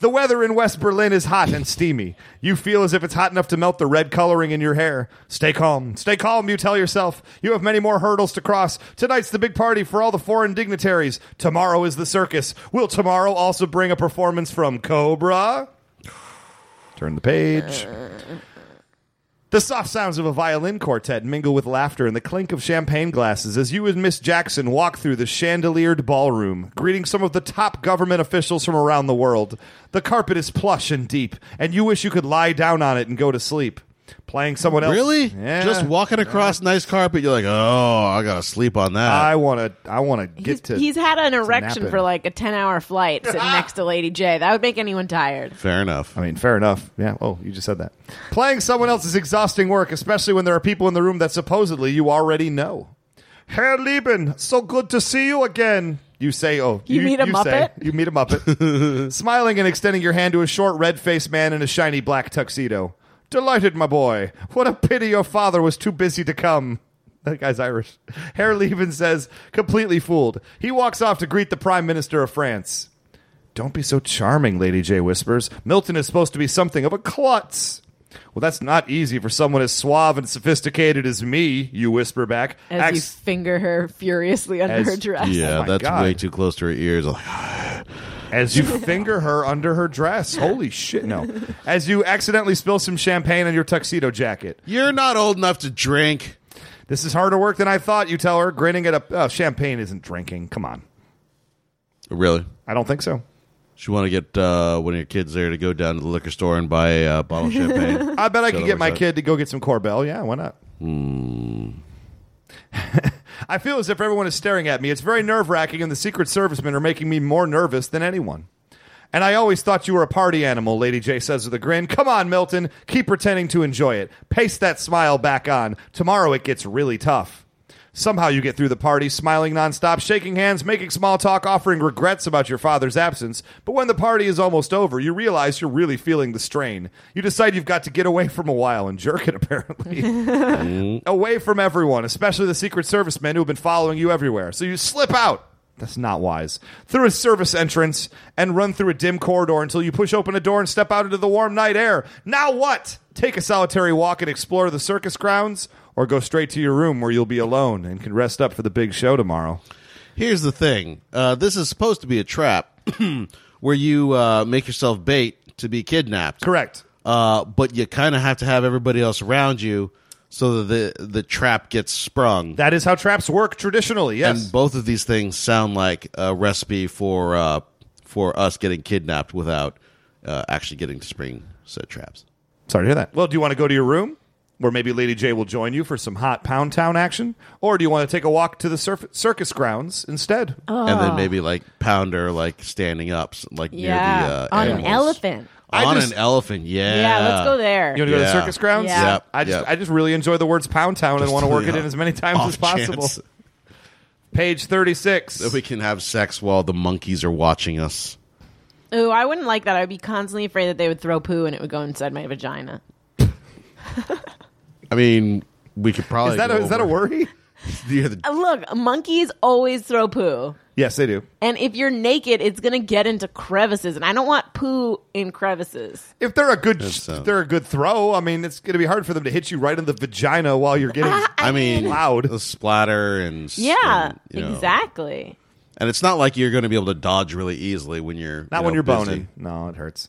The weather in West Berlin is hot and steamy. You feel as if it's hot enough to melt the red coloring in your hair. Stay calm. Stay calm, you tell yourself. You have many more hurdles to cross. Tonight's the big party for all the foreign dignitaries. Tomorrow is the circus. Will tomorrow also bring a performance from Cobra? Turn the page.
Uh.
The soft sounds of a violin quartet mingle with laughter and the clink of champagne glasses as you and Miss Jackson walk through the chandeliered ballroom, greeting some of the top government officials from around the world. The carpet is plush and deep, and you wish you could lie down on it and go to sleep. Playing someone else.
Really?
Yeah.
Just walking across nice carpet, you're like, oh, I gotta sleep on that.
I want to. I want to
He's,
get to.
he's had an erection
napping.
for like a 10 hour flight sitting next to Lady J. That would make anyone tired.
Fair enough.
I mean, fair enough. Yeah. Oh, you just said that. Playing someone else is exhausting work, especially when there are people in the room that supposedly you already know. Herr Lieben, so good to see you again. You say, oh,
You meet a
say-
Muppet?
you meet a Muppet. Smiling and extending your hand to a short red faced man in a shiny black tuxedo. Delighted, my boy. What a pity your father was too busy to come. That guy's Irish. Herr Levin says, completely fooled. He walks off to greet the Prime Minister of France. Don't be so charming, Lady J whispers. Milton is supposed to be something of a klutz. Well, that's not easy for someone as suave and sophisticated as me, you whisper back.
As you
Acts-
finger her furiously under
As-
her dress.
Yeah,
Oh my
that's
God.
way too close to her ears. Like,
As you finger her under her dress. Holy shit, no. As you accidentally spill some champagne on your tuxedo jacket.
You're not old enough to drink.
This is harder work than I thought, you tell her, grinning at a. Oh, champagne isn't drinking. Come on.
Really?
I don't think so.
She want to get uh, one of your kids there to go down to the liquor store and buy a uh, bottle of champagne.
I bet I could
that
get my
works out.
kid to go get some Corbel. Yeah, why not? I feel as if everyone is staring at me. It's very nerve wracking, and the Secret Servicemen are making me more nervous than anyone. And I always thought you were a party animal, Lady J says with a grin. Come on, Milton. Keep pretending to enjoy it. Paste that smile back on. Tomorrow it gets really tough. Somehow you get through the party, smiling nonstop, shaking hands, making small talk, offering regrets about your father's absence. But when the party is almost over, you realize you're really feeling the strain. You decide you've got to get away from a while and jerk it, apparently. away from everyone, especially the Secret Service men who have been following you everywhere. So you slip out. That's not wise. Through a service entrance and run through a dim corridor until you push open a door and step out into the warm night air. Now what? Take a solitary walk and explore the circus grounds, or go straight to your room where you'll be alone and can rest up for the big show tomorrow.
Here's the thing. Uh, this is supposed to be a trap where you uh, make yourself bait to be kidnapped.
Correct.
Uh, but you kind of have to have everybody else around you so that the the trap gets sprung.
That is how traps work traditionally, yes.
And both of these things sound like a recipe for uh, for us getting kidnapped without uh, actually getting to spring set traps.
Sorry to hear that. Well, do you want to go to your room? Where maybe Lady J will join you for some hot Pound Town action? Or do you want to take a walk to the surf- circus grounds instead?
And
Ah.
then maybe like pounder like standing up s- like near the
Yeah.
uh,
on an
animals.
elephant.
I
On
just-
an elephant, yeah.
Yeah. let's go there.
You want to go to
Yeah.
the circus grounds?
Yeah. Yep,
I just
yep. uh,
I just really enjoy the words Pound Town and want to work it in as many times
Off
as possible.
chance
Page thirty six.
That we can have sex while the monkeys are watching us.
Ooh, I wouldn't like that. I'd be constantly afraid that they would throw poo and it would go inside my vagina.
I mean, we could probably
Is that a,
go
is that a
over-
worry?
Yeah, the-
Uh, Look, monkeys always throw poo.
yes, they do.
And if you're naked, it's going to get into crevices. And I don't want poo in crevices.
If they're a good
sounds-
if they're a good throw, I mean it's going to be hard for them to hit you right in the vagina while you're getting.
I mean,
Loud.
the splatter and s-
Uh, Yeah,
and, you know.
exactly.
And it's not like you're going to be able to dodge really easily when you're
Not
you
when
know,
you're
busy.
boning. No, it hurts.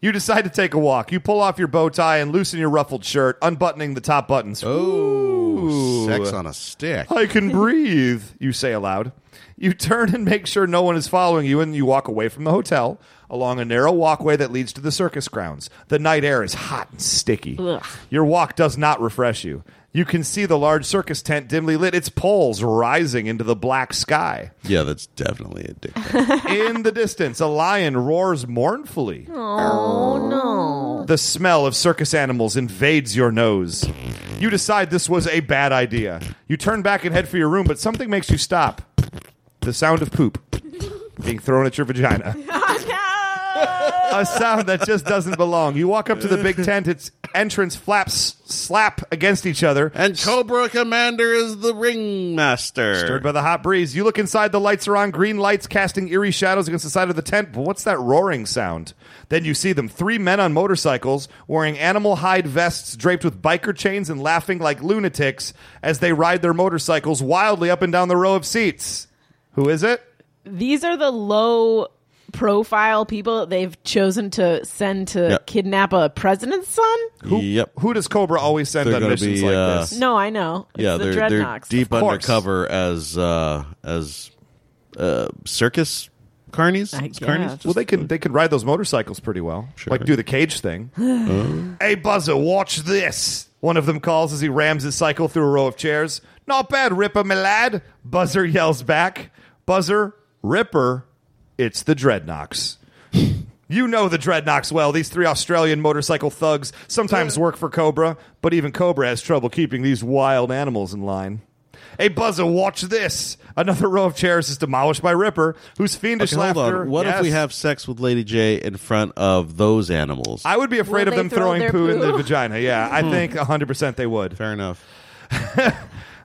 You decide to take a walk. You pull off your bow tie and loosen your ruffled shirt, unbuttoning the top buttons.
Oh, sex on a stick.
I can breathe, you say aloud. You turn and make sure no one is following you, and you walk away from the hotel along a narrow walkway that leads to the circus grounds. The night air is hot and sticky.
Ugh.
Your walk does not refresh you. You can see the large circus tent dimly lit, its poles rising into the black sky.
Yeah, that's definitely a dick.
In the distance, a lion roars mournfully. Oh, no. The smell of circus animals invades your nose. You decide this was a bad idea. You turn back and head for your room, but something makes you stop. The sound of poop being thrown at your vagina. A sound that just doesn't belong. You walk up to the big tent, its entrance flaps slap against each other.
and Cobra Commander is the ringmaster.
Stirred by the hot breeze, you look inside. The lights are on, green lights casting eerie shadows against the side of the tent. But what's that roaring sound? Then you see them three men on motorcycles wearing animal hide vests draped with biker chains and laughing like lunatics as they ride their motorcycles wildly up and down the row of seats. Who is it?
These are the low profile people that they've chosen to send to
Yep.
kidnap a president's son?
Who,
Yep.
Who does Cobra always send
They're
on
gonna
missions
be,
like
uh,
this?
No, I know. It's
yeah,
the
they're they're
dreadnoughts.
deep
Of course.
undercover as uh as uh circus carnies.
I
It's carnies?
guess.
Well, they can they can ride those motorcycles pretty well, like do the cage thing. hey, buzzer, watch this! One of them calls as he rams his cycle through a row of chairs. Not bad, Ripper, my lad. Buzzer yells back. Buzzer, Ripper, it's the Dreadnoks. You know the Dreadnoks well. These three Australian motorcycle thugs sometimes work for Cobra, but even Cobra has trouble keeping these wild animals in line. Hey, Buzzer, watch this! Another row of chairs is demolished by Ripper, whose fiendish
Okay, hold
laughter.
on. What if
Yes.
we have sex with Lady J in front of those animals?
I would be afraid of
Will they
them
throw
throwing
their
poo, in the
poo?
vagina. Yeah, I think 100% they would.
Fair enough.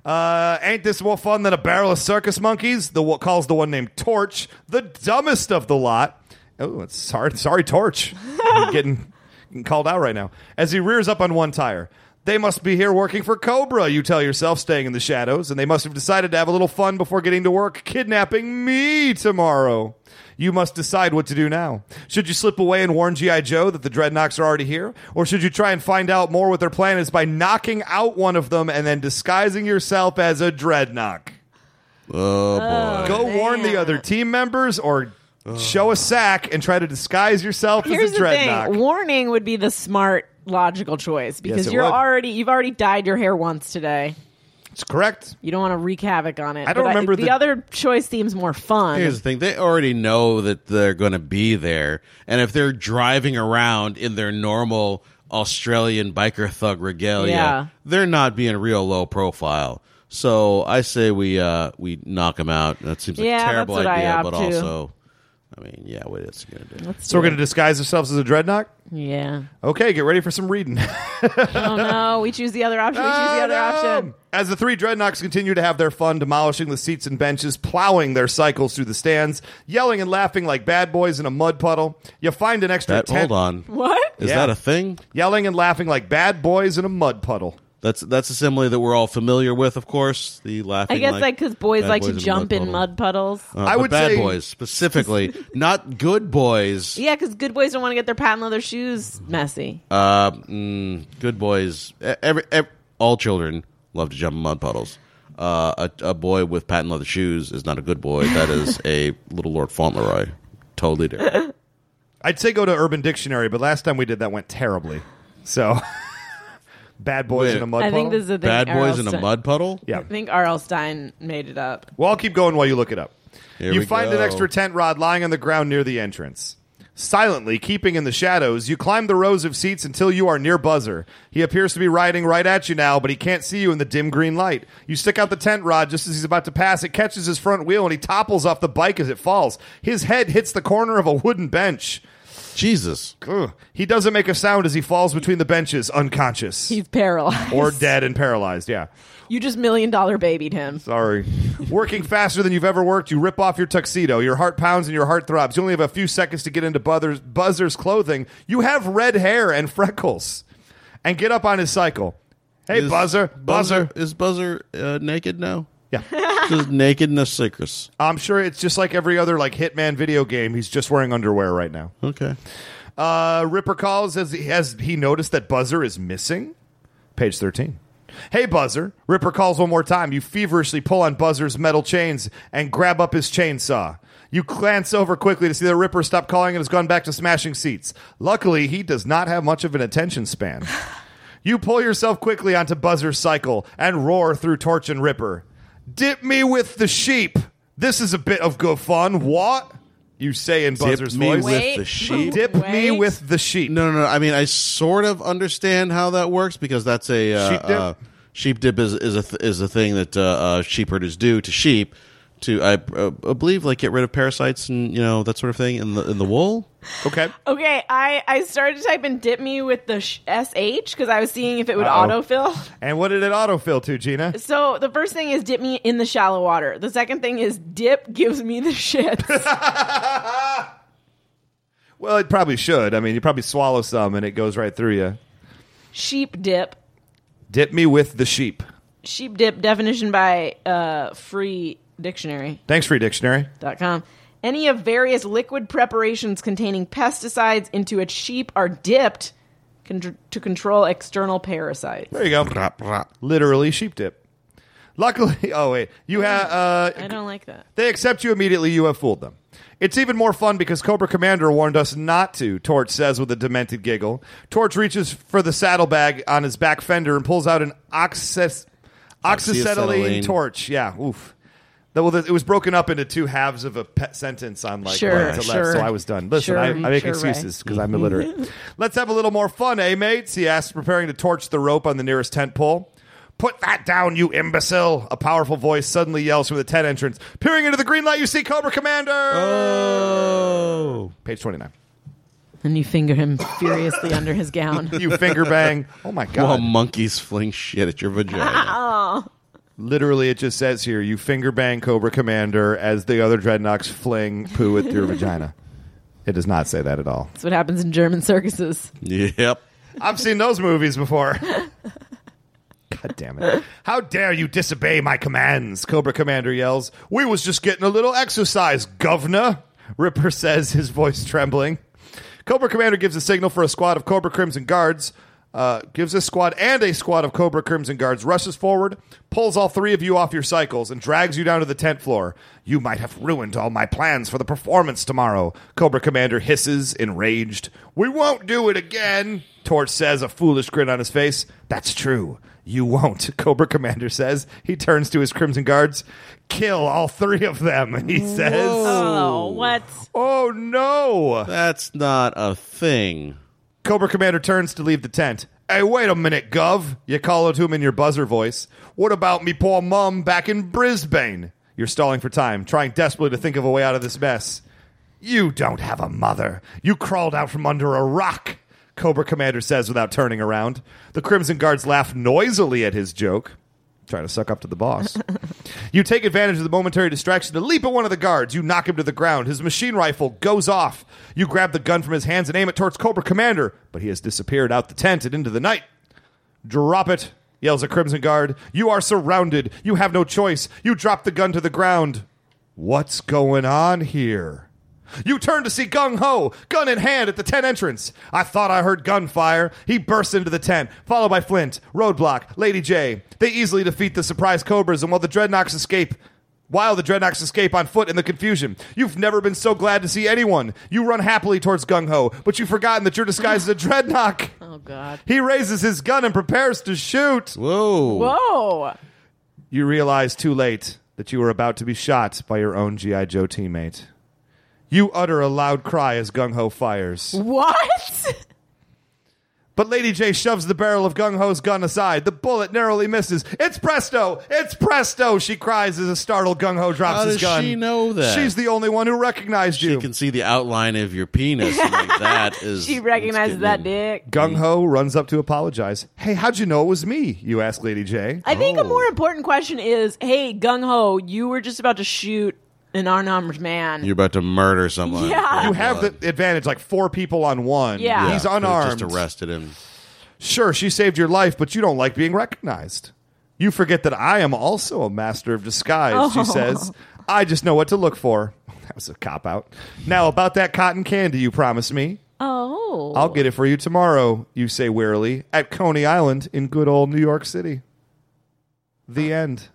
Uh, ain't this more fun than a barrel of circus monkeys? The what calls the one named Torch, the dumbest of the lot. Oh, it's sorry, sorry, Torch, You're getting, getting called out right now as he rears up on one tire. They must be here working for Cobra, you tell yourself, staying in the shadows, and they must have decided to have a little fun before getting to work kidnapping me tomorrow. You must decide what to do now. Should you slip away and warn G.I. Joe that the dreadnoks are already here? Or should you try and find out more what their plan is by knocking out one of them and then disguising yourself as a dreadnought?
Oh boy.
Go warn the other team members or show a sack and try to disguise yourself
Here's
as a
the
dreadnought.
thing: warning would be the smart, logical choice because
it
you're
would.
already you've already dyed your hair once today.
It's correct.
You don't want to wreak havoc on it.
I don't
But
remember
the,
the-
other choice seems more fun.
Here's the thing: they already know that they're going to be there, and if they're driving around in their normal Australian biker thug regalia,
Yeah.
they're not being real low profile. So I say we uh, we knock them out. That seems like
Yeah,
a
that's
terrible
what I
idea,
opt
but
to.
also, I mean, yeah, what is it going to do?
So we're going to disguise ourselves as a dreadnought?
yeah.
Okay, get ready for some reading.
Oh no, we choose the other option. We choose the other option.
As the three dreadnoughts continue to have their fun demolishing the seats and benches, plowing their cycles through the stands, yelling and laughing like bad boys in a mud puddle, you find an extra
That,
tent.
hold on,
What?
is
Yeah.
that a thing?
Yelling and laughing like bad boys in a mud puddle.
That's that's a simile that we're all familiar with, of course. The laughing.
I guess like because boys
bad
like to
boys
jump in
puddle.
mud puddles.
Uh,
I
but
would
bad
say-
boys specifically, not good boys.
yeah, because good boys don't want to get their patent leather shoes messy.
Uh, mm, good boys. E- Every, ev all children love to jump in mud puddles. Uh, a, a boy with patent leather shoes is not a good boy. That is a little Lord Fauntleroy. Totally different.
I'd say go to Urban Dictionary, but last time we did that went terribly. So, bad boys
Wait.
in a mud
I
puddle.
think this is the thing.
Bad boys in a
Arlstein-
mud puddle.
yeah.
I think R.L. Stein made it up.
Well, I'll keep going while you look it up.
Here
you
we
find an
go.
extra tent rod lying on the ground near the entrance. Silently, keeping in the shadows, you climb the rows of seats until you are near Buzzer. He appears to be riding right at you now, but he can't see you in the dim green light. You stick out the tent rod just as he's about to pass. It catches his front wheel and he topples off the bike as it falls. His head hits the corner of a wooden bench.
Jesus.
Ugh. He doesn't make a sound as he falls between the benches, unconscious.
He's paralyzed.
or dead and paralyzed, yeah.
You just million dollar babied him.
Sorry. Working faster than you've ever worked, you rip off your tuxedo. Your heart pounds and your heart throbs. You only have a few seconds to get into Buzzer's, Buzzer's clothing. You have red hair and freckles. And get up on his cycle. Hey,
Is
Buzzer. Buzzer.
Is Buzzer uh, naked now?
Yeah.
Just naked in a circus.
I'm sure it's just like every other like Hitman video game. He's just wearing underwear right now.
Okay.
Uh, Ripper calls as he, has he noticed that Buzzer is missing? Page 13. Hey, Buzzer. Ripper calls one more time. You feverishly pull on Buzzer's metal chains and grab up his chainsaw. You glance over quickly to see that Ripper stopped calling and has gone back to smashing seats. Luckily, he does not have much of an attention span. you pull yourself quickly onto Buzzer's cycle and roar through Torch and Ripper. Dip me with the sheep. This is a bit of good fun. What? You say in Buzzer's
Dip me
voice.
with the sheep.
Dip me
Wait.
with the sheep.
No, no, no. I mean, I sort of understand how that works because that's a uh,
Sheep dip?
Uh, sheep dip is is a th- is a thing that uh, uh, sheep herders do to sheep to I, uh, I believe like get rid of parasites and you know that sort of thing in the in the wool.
Okay.
Okay, I, I started to type in dip me with the sh- SH because I was seeing if it would
Uh-oh.
autofill.
And what did it autofill to, Gina?
So the first thing is dip me in the shallow water. The second thing is dip gives me the shit.
Well, it probably should. I mean, you probably swallow some and it goes right through you.
Sheep dip.
Dip me with the sheep.
Sheep dip definition by uh, free dictionary.
Thanks, Free Dictionary.
com. Any of various liquid preparations containing pesticides into a sheep are dipped con- to control external parasites.
There you go. Literally sheep dip. Luckily, oh wait, you have. Uh,
I don't like that.
They accept you immediately. You have fooled them. It's even more fun because Cobra Commander warned us not to, Torch says with a demented giggle. Torch reaches for the saddlebag on his back fender and pulls out an oxys- oxyacetylene
Oxyacetylene.
torch. Yeah, oof. The- well, the- It was broken up into two halves of a pe- sentence on like
Sure,
right to left,
sure.
so I was done. Listen,
Sure,
I, I make
sure,
excuses because I'm illiterate. Let's have a little more fun, eh, mates? He asks, preparing to torch the rope on the nearest tent pole. Put that down, you imbecile! A powerful voice suddenly yells from the tent entrance. Peering into the green light, you see Cobra Commander.
Uh. Oh,
Page twenty-nine.
And you finger him furiously under his gown.
You finger bang. Oh my
while
god!
monkeys fling shit at your vagina.
Literally, it just says here, you finger bang Cobra Commander as the other dreadnoks fling poo at your vagina. It does not say that at all.
That's what happens in German circuses.
Yep.
I've seen those movies before. God damn it. How dare you disobey my commands? Cobra Commander yells. We was just getting a little exercise, governor, Ripper says, his voice trembling. Cobra Commander gives a signal for a squad of Cobra Crimson Guards. Uh, gives this squad and a squad of Cobra Crimson Guards rushes forward, pulls all three of you off your cycles, and drags you down to the tent floor. You might have ruined all my plans for the performance tomorrow, Cobra Commander hisses, enraged. We won't do it again, Torch says, a foolish grin on his face. That's true. You won't, Cobra Commander says. He turns to his Crimson Guards. Kill all three of them, he says.
Oh, what?
Oh no!
That's not a thing.
Cobra Commander turns to leave the tent. Hey, wait a minute, Gov. You call out to him in your buzzer voice. What about me poor mum back in Brisbane? You're stalling for time, trying desperately to think of a way out of this mess. You don't have a mother. You crawled out from under a rock, Cobra Commander says without turning around. The Crimson Guards laugh noisily at his joke. Trying to suck up to the boss. you take advantage of the momentary distraction to leap at one of the guards. You knock him to the ground. His machine rifle goes off. You grab the gun from his hands and aim it towards Cobra Commander, but he has disappeared out the tent and into the night. Drop it, yells a Crimson Guard. You are surrounded. You have no choice. You drop the gun to the ground. What's going on here? You turn to see Gung Ho, gun in hand at the tent entrance. I thought I heard gunfire. He bursts into the tent, followed by Flint, Roadblock, Lady J. They easily defeat the surprised Cobras, and while the Dreadnoks escape, while the Dreadnoks escape on foot in the confusion, you've never been so glad to see anyone. You run happily towards Gung Ho, but you've forgotten that you're disguised as a Dreadnok.
Oh, God.
He raises his gun and prepares to shoot.
Whoa.
Whoa.
You realize too late that you were about to be shot by your own G.I. Joe teammate. You utter a loud cry as Gung Ho fires.
What?
But Lady J shoves the barrel of Gung Ho's gun aside. The bullet narrowly misses. It's presto! It's presto! She cries as a startled Gung Ho drops
How
his
does
gun.
she know that?
She's the only one who recognized
You
you.
can see the outline of your penis. Like that is.
She
it's
recognizes
getting
that
in.
dick.
Gung Ho runs up to apologize. Hey, how'd you know it was me? You ask Lady J.
I
Oh.
think a more important question is hey, Gung Ho, you were just about to shoot an unarmed man.
You're about to murder someone.
Yeah.
You have the advantage, like four people on one.
Yeah.
He's
could've
unarmed.
Just arrested him.
Sure, she saved your life, but you don't like being recognized. You forget that I am also a master of disguise, she says. I just know what to look for. That was a cop out. Now, about that cotton candy you promised me,
oh.
I'll get it for you tomorrow, you say wearily, at Coney Island in good old New York City. The end.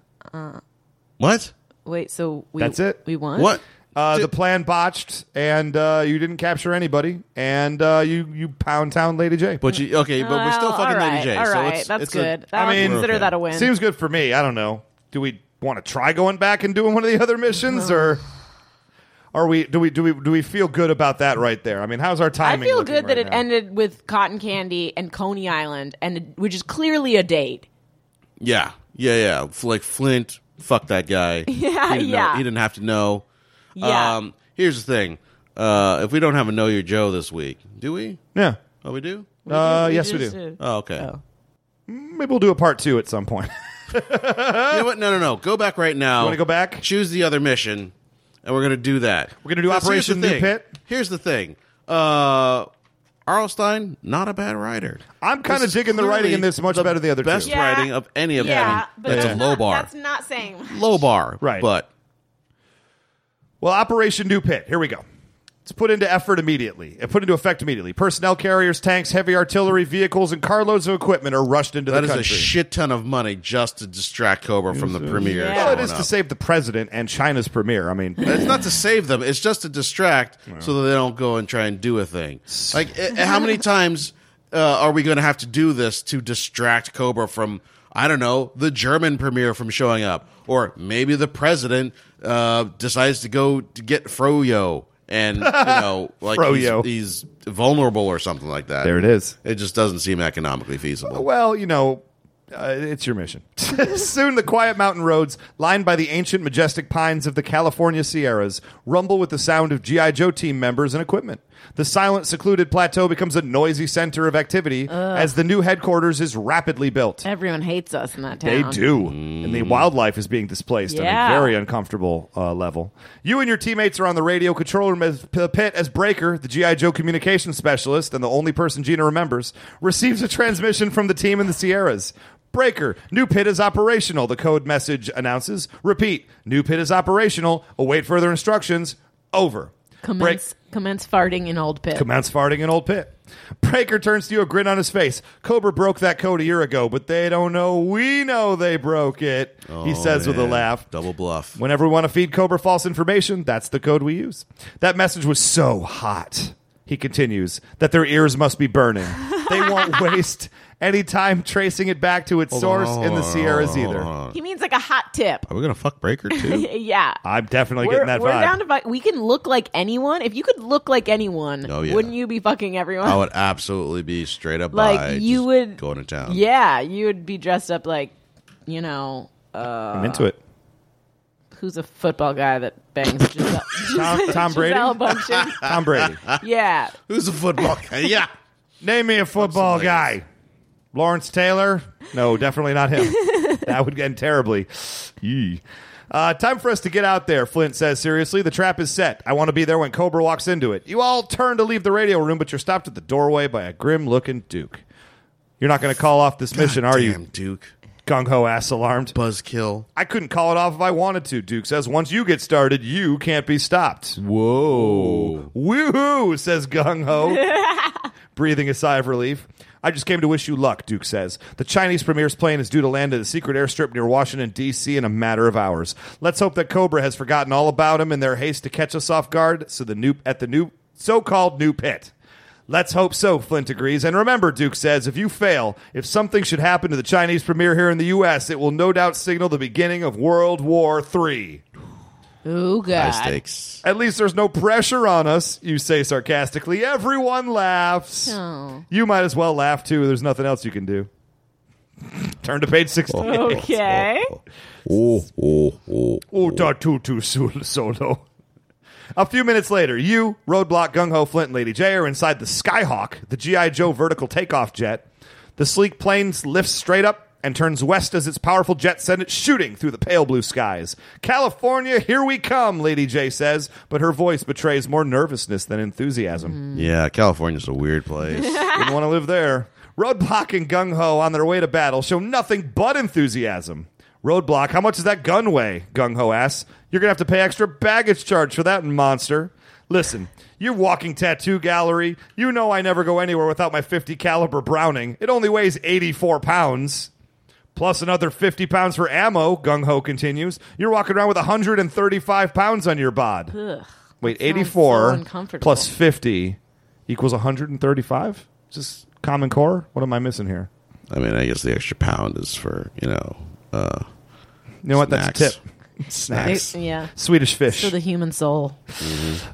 What?
Wait, so we,
That's it.
we won?
What?
Uh, the plan botched, and uh, you didn't capture anybody, and uh, you, you pound town Lady J.
But you okay? But we're still
Well,
fucking
all
Lady J.
right, all
so
right,
it's,
Oh, Uh, that's
it's a-
good. I'll
mean-
consider
Okay.
that a win.
Seems good for me. I don't know. Do we want to try going back and doing one of the other missions, or are we? Do we? Do we? Do we feel good about that right there? I mean, how's our
I
timing?
feel
looking
good that
right
it
now?
ended with cotton candy and Coney Island, and which is clearly a date.
yeah, yeah, yeah. F- Like Flint, fuck that guy. Yeah, he didn't know-
yeah.
he didn't have to know.
Yeah.
Um, here's the thing. Uh, if we don't have a Know Your Joe this week, do we?
Yeah.
Oh, we do.
Uh, yes, we do.
Oh, okay.
Maybe we'll do a part two at some point.
You know what? No, no, no. Go back right now.
wanna go back?
Choose the other mission, and we're gonna do that.
We're gonna do
Because here's
Operation
the
New
thing.
Pit?
Here's the thing. Uh, Arlstein, not a bad writer.
I'm kind
This
of
is
digging the
clearly
writing in this much better than the other
best
two.
Yeah.
writing of any of
Yeah,
them.
but
That's
that's
a
not,
low bar.
That's not saying.
low bar.
Right.
But
Well, Operation New Pit. Here we go. It's put into effort immediately. It put into effect immediately. Personnel carriers, tanks, heavy artillery, vehicles, and carloads of equipment are rushed into
that
the
is
country.
a shit ton of money just to distract Cobra from the premiere.
Yeah.
well, it
showing
is to
up.
save the president and China's premier. I mean,
It's not to save them. It's just to distract so that they don't go and try and do a thing. Like, eh, how many times uh, are we going to have to do this to distract Cobra from, I don't know, the German premier from showing up? Or maybe the president uh, decides to go to get Froyo and, you know, like
Froyo.
He's, he's vulnerable or something like that.
there it is.
It just doesn't seem economically feasible.
Well, you know, uh, it's your mission. Soon the quiet mountain roads, lined by the ancient majestic pines of the California Sierras, rumble with the sound of G.I. Joe team members and equipment. The silent, secluded plateau becomes a noisy center of activity as the new headquarters is rapidly built.
Everyone hates us in that
They
town.
do. And the wildlife is being displaced on
Yeah.
a very uncomfortable uh, level. You and your teammates are on the radio control room as P- Pitt as Breaker, the G.I. Joe communications specialist and the only person Gina remembers, receives a transmission from the team in the Sierras. Breaker, new pit is operational, the code message announces. Repeat, new pit is operational, await further instructions. Over. Break-
Commence, commence farting in old pit.
Commence farting in old pit. Breaker turns to you, a grin on his face. Cobra broke that code a year ago, but they don't know. We know they broke it. he says with a
Oh, man.
laugh.
Double bluff.
Whenever we want to feed Cobra false information, that's the code we use. That message was so hot, he continues, that their ears must be burning. They won't waste any time tracing it back to its source in the Sierras either.
He means like a hot tip.
Are we gonna fuck Breaker too?
Yeah.
I'm definitely
we're
getting that
we're
vibe.
down to vi- we can look like anyone. If you could look like anyone,
Oh, yeah.
wouldn't you be fucking everyone?
Oh,
I would absolutely be straight up
like
bi,
you
just
would
going to town.
Yeah, you would be dressed up like, you know,
I'm into it.
who's a football guy that bangs Giselle,
Tom, Tom Brady?
Giselle Bundchen?
Tom Brady.
yeah.
Who's a football guy? Yeah.
Name me a football guy. Lawrence Taylor? No, definitely not him. that would end terribly. Yee. Uh, time for us to get out there, Flint says seriously. The trap is set. I want to be there when Cobra walks into it. You all turn to leave the radio room, but you're stopped at the doorway by a grim looking Duke. You're not going to call off this mission, are
Damn,
you?
Duke.
Gung ho ass alarmed.
Buzzkill.
I couldn't call it off if I wanted to, Duke says. Once you get started, you can't be stopped.
Whoa.
Woohoo, says Gung Ho, breathing a sigh of relief. I just came to wish you luck, Duke says. The Chinese premier's plane is due to land at a secret airstrip near Washington, D.C. in a matter of hours. Let's hope that Cobra has forgotten all about him in their haste to catch us off guard so the new, at the new so called new pit. Let's hope so, Flint agrees. And remember, Duke says, if you fail, if something should happen to the Chinese premier here in the U.S., it will no doubt signal the beginning of World War III.
Ooh,
High
God.
stakes.
At least there's no pressure on us, you say sarcastically. Everyone laughs.
Oh.
You might as well laugh too. There's nothing else you can do. Turn to page 60. Oh,
Okay.
Oh, oh, oh.
too, too soon, solo. A few minutes later, you, Roadblock, Gung Ho, Flint, and Lady J are inside the Skyhawk, the G.I. Joe vertical takeoff jet. The sleek plane lifts straight up and turns west as its powerful jet sends it shooting through the pale blue skies. California, here we come, Lady J says, but her voice betrays more nervousness than enthusiasm.
Yeah, California's a weird place.
Wouldn't want to live there. Roadblock and Gung Ho on their way to battle show nothing but enthusiasm. Roadblock, how much does that gun weigh? Gung Ho asks. You're going to have to pay extra baggage charge for that monster. Listen, you're walking tattoo gallery. You know I never go anywhere without my 50 caliber Browning. It only weighs 84 pounds. Plus another 50 pounds for ammo, Gung Ho continues. You're walking around with 135 pounds on your bod. Wait,
sounds
84
so uncomfortable.
plus 50 equals 135? Just common core? What am I missing here?
I mean, I guess the extra pound is for, you know, uh,
You know what? That's
Snacks.
a tip. Snacks.
Yeah.
Swedish fish.
So the human soul.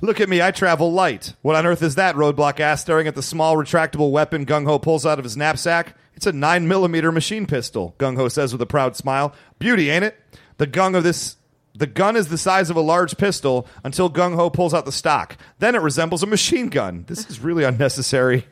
Look at me, I travel light. What on earth is that? Roadblock asked, staring at the small retractable weapon Gung Ho pulls out of his knapsack. It's a 9mm machine pistol, Gung Ho says with a proud smile. Beauty, ain't it? The gung of this. The gun is the size of a large pistol until Gung Ho pulls out the stock. Then it resembles a machine gun. This is really unnecessary.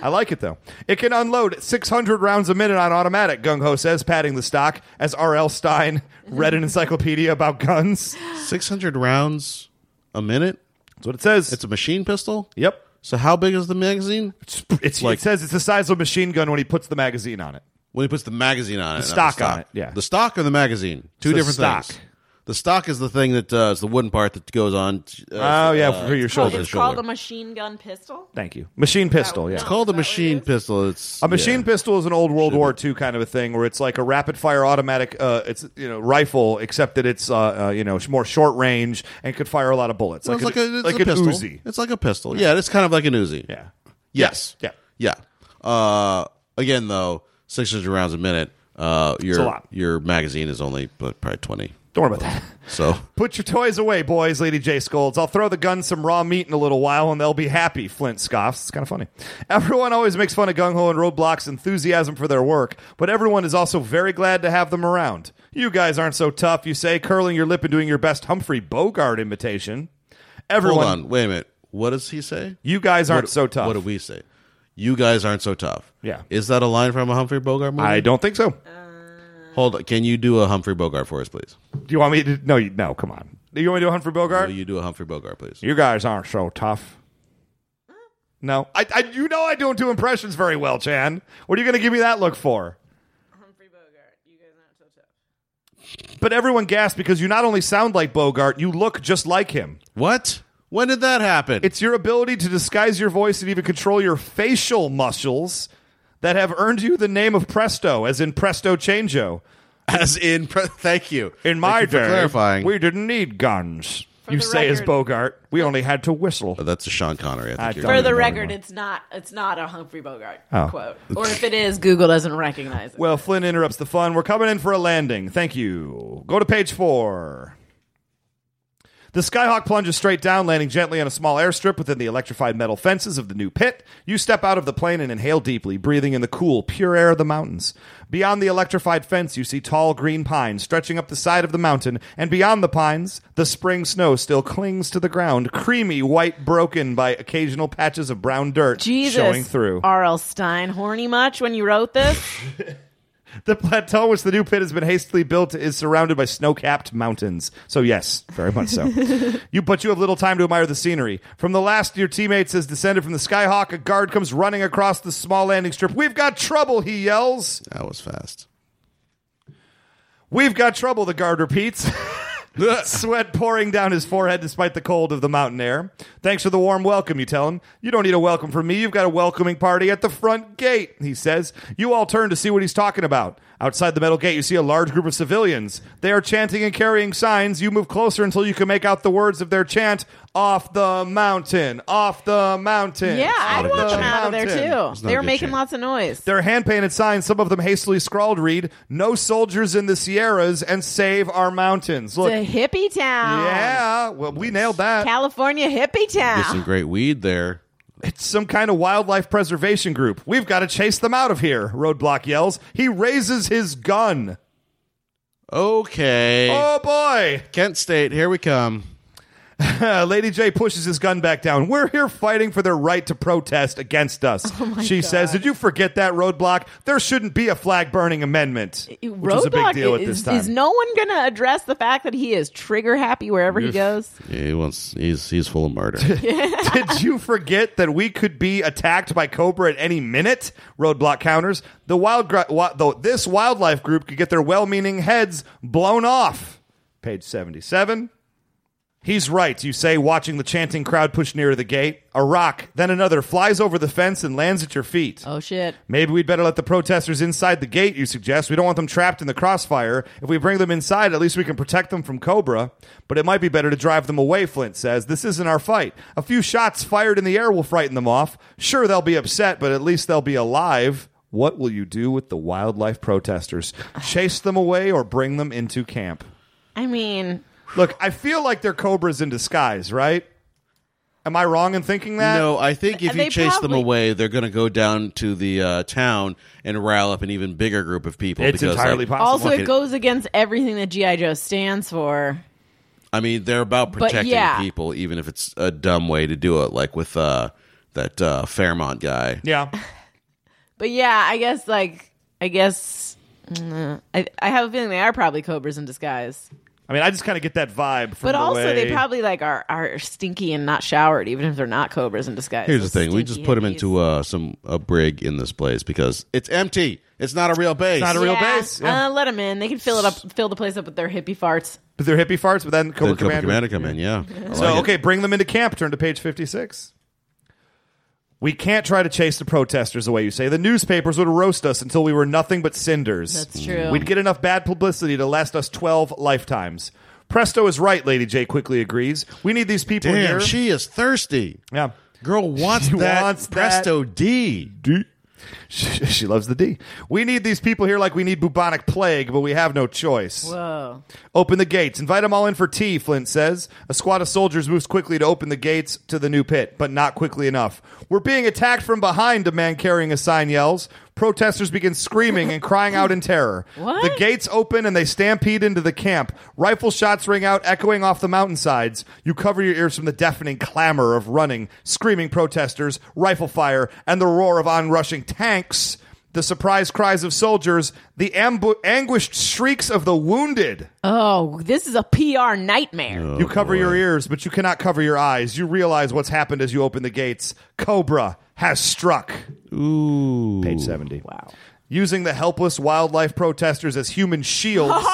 I like it though. It can unload 600 rounds a minute on automatic, Gung Ho says, patting the stock, as R.L. Stein read an encyclopedia about guns.
600 rounds a minute.
That's what it says.
It's a machine pistol.
yep.
So how big is the magazine?
It's
Like-
it says it's the size of a machine gun when he puts the magazine on it.
When he puts the magazine on it, not the
stock on it, yeah.
the stock or the magazine, two
the
different
stock.
things. The stock is the thing that uh, is the wooden part that goes on. Uh,
Oh, yeah, for your
it's
shoulder.
called
It's
the
called a machine gun pistol.
Thank you. Machine pistol, yeah.
It's called a machine pistol. It's
A machine
yeah.
pistol is an old World War II kind of a thing where it's like a rapid fire automatic uh, it's you know rifle except that it's uh, uh, you know sh- more short range and could fire a lot of bullets.
Well, It's like, a,
an-
it's
like
a
an
pistol.
Uzi.
It's like a pistol. Yeah, it's kind of like an Uzi.
Yeah.
Yes.
Yeah.
Yeah. Uh, again, though, 600 rounds a minute. Uh, your
a lot.
your magazine is only like, probably 20.
Don't worry about that.
So
Put your toys away, boys, Lady J scolds. I'll throw the gun some raw meat in a little while and they'll be happy, Flint scoffs. It's kind of funny. Everyone always makes fun of Gung Ho and Roadblock's enthusiasm for their work, but everyone is also very glad to have them around. You guys aren't so tough, you say, curling your lip and doing your best Humphrey Bogart imitation. Everyone.
hold on, wait a minute. What does he say?
You guys aren't
What-
so tough.
What do we say? You guys aren't so tough.
Yeah.
Is that a line from a Humphrey Bogart movie?
I don't think so.
Hold on. Can you do a Humphrey Bogart for us, please?
Do you want me to? No, you, no. Come on. Do you want me to do Humphrey Bogart?
Will you do a Humphrey Bogart, please?
You guys aren't so tough. No, I, I, you know I don't do impressions very well, Chan. What are you going to give me that look for?
Humphrey Bogart, you guys aren't so tough.
But everyone gasped because you not only sound like Bogart, you look just like him.
What? When did that happen?
It's your ability to disguise your voice and even control your facial muscles that have earned you the name of Presto, as in Presto Changeo.
as in. Pre- thank you.
In
Thank
my
you for
day,
clarifying.
we didn't need guns.
For
you
the
say as
record-
Bogart, we only had to whistle.
Oh, that's a Sean Connery. I think
I
you're
don't-
For
right.
Humphrey
the
Bogart.
record, it's not it's not a Humphrey Bogart
Oh.
quote, or if it is, Google doesn't recognize it.
Well, Flynn interrupts the fun. We're coming in for a landing. Thank you. Go to page four. The Skyhawk plunges straight down, landing gently on a small airstrip within the electrified metal fences of the new pit. You step out of the plane and inhale deeply, breathing in the cool, pure air of the mountains. Beyond the electrified fence, you see tall green pines stretching up the side of the mountain, and beyond the pines, the spring snow still clings to the ground, creamy white, broken by occasional patches of brown dirt
Jesus,
showing through.
R.L. Stein, horny much when you wrote this?
The plateau, which the new pit has been hastily built, is surrounded by snow-capped mountains. So yes, very much so. you, but you have little time to admire the scenery. From the last your teammates has descended from the Skyhawk, a guard comes running across the small landing strip. We've got trouble, he yells.
That was fast.
We've got trouble, the guard repeats. Sweat pouring down his forehead despite the cold of the mountain air. Thanks for the warm welcome, you tell him. You don't need a welcome from me. You've got a welcoming party at the front gate, he says. You all turn to see what he's talking about. Outside the metal gate, you see a large group of civilians. They are chanting and carrying signs. You move closer until you can make out the words of their chant Off the mountain, off the mountain.
yeah, I'd
off
want
the
them out of there
mountain."
too.
not
They
a
were
good
making
chance.
lots of noise.
Their hand painted signs, some of them hastily scrawled, read, No soldiers in the Sierras and save our mountains. Look,
It's a hippie town.
yeah, well, we nailed that.
California hippie
There's some
town.
great weed there.
It's some kind of wildlife preservation group. We've got to chase them out of here, Roadblock yells. He raises his gun.
Okay.
Oh boy!
Kent State, here we come.
Uh, Lady J pushes his gun back down. We're here fighting for their right to protest against us.
Oh,
she says, Did you forget that, Roadblock? There shouldn't be a flag burning amendment. Which was a big
Roadblock
deal at
is,
this time.
is no one going to address the fact that he is trigger happy wherever he goes?
Yeah, he wants. He's he's full of murder.
Did you forget that we could be attacked by Cobra at any minute? Roadblock counters. The wild, gri- wa- though this wildlife group could get their well-meaning heads blown off. Page seventy-seven. He's right, you say, watching the chanting crowd push nearer the gate. A rock, then another, flies over the fence and lands at your feet.
Oh, shit.
Maybe we'd better let the protesters inside the gate, you suggest. We don't want them trapped in the crossfire. If we bring them inside, at least we can protect them from Cobra. But it might be better to drive them away, Flint says. This isn't our fight. A few shots fired in the air will frighten them off. Sure, they'll be upset, but at least they'll be alive. What will you do with the wildlife protesters? Chase them away or bring them into camp?
I mean,
Look, I feel like they're cobras in disguise, right? Am I wrong in thinking that?
no, I think if
They
you chase them
probably-
away, they're going to go down to the uh, town and rile up an even bigger group of people.
It's
because,
entirely
like,
possible.
also,
like
it
it-
goes against everything that G.I. Joe stands for.
I mean, they're about protecting
yeah.
people, even if it's a dumb way to do it, like with uh, that uh, Fairmont guy.
Yeah.
But yeah, I guess like I guess mm, I, I have a feeling they are probably cobras in disguise.
I mean, I just kind of get that vibe from
But
the
also,
way-
they probably like are are stinky and not showered, even if they're not cobras in disguise.
Here's the
Those
thing: we
stinky
just put him
hippies.
into uh, some a brig in this place because it's empty. It's not a real base.
not a real
yeah,
base, yeah.
Uh, let them in. They can fill it up, fill the place up with their hippie farts.
But they're hippie farts, but then Cobra,
Then Cobra
Commander.
Commander come in, yeah. I like
So,
it.
okay, bring them into camp. Turn to page 56. We can't try to chase the protesters away, you say. The newspapers would roast us until we were nothing but cinders.
That's true.
We'd get enough bad publicity to last us 12 lifetimes. Presto is right, Lady J quickly agrees. We need these people
Damn,
here.
she is thirsty.
yeah.
Girl wants
She
that
wants that-
Presto D.
She, she loves the D. We need these people here like we need bubonic plague, but we have no choice.
Whoa!
Open the gates. Invite them all in for tea, Flint says. A squad of soldiers moves quickly to open the gates to the new pit, but not quickly enough. We're being attacked from behind, a man carrying a sign yells. Protesters begin screaming and crying out in terror.
What?
The gates open and they stampede into the camp. Rifle shots ring out, echoing off the mountainsides. You cover your ears from the deafening clamor of running, screaming protesters, rifle fire, and the roar of onrushing tanks. The surprised cries of soldiers, the ambu- anguished shrieks of the wounded.
Oh, this is a PR nightmare.
You cover your ears, but you cannot cover your eyes. You realize what's happened as you open the gates. Cobra has struck. Ooh. Page 70. Wow. Using the helpless wildlife protesters as human shields,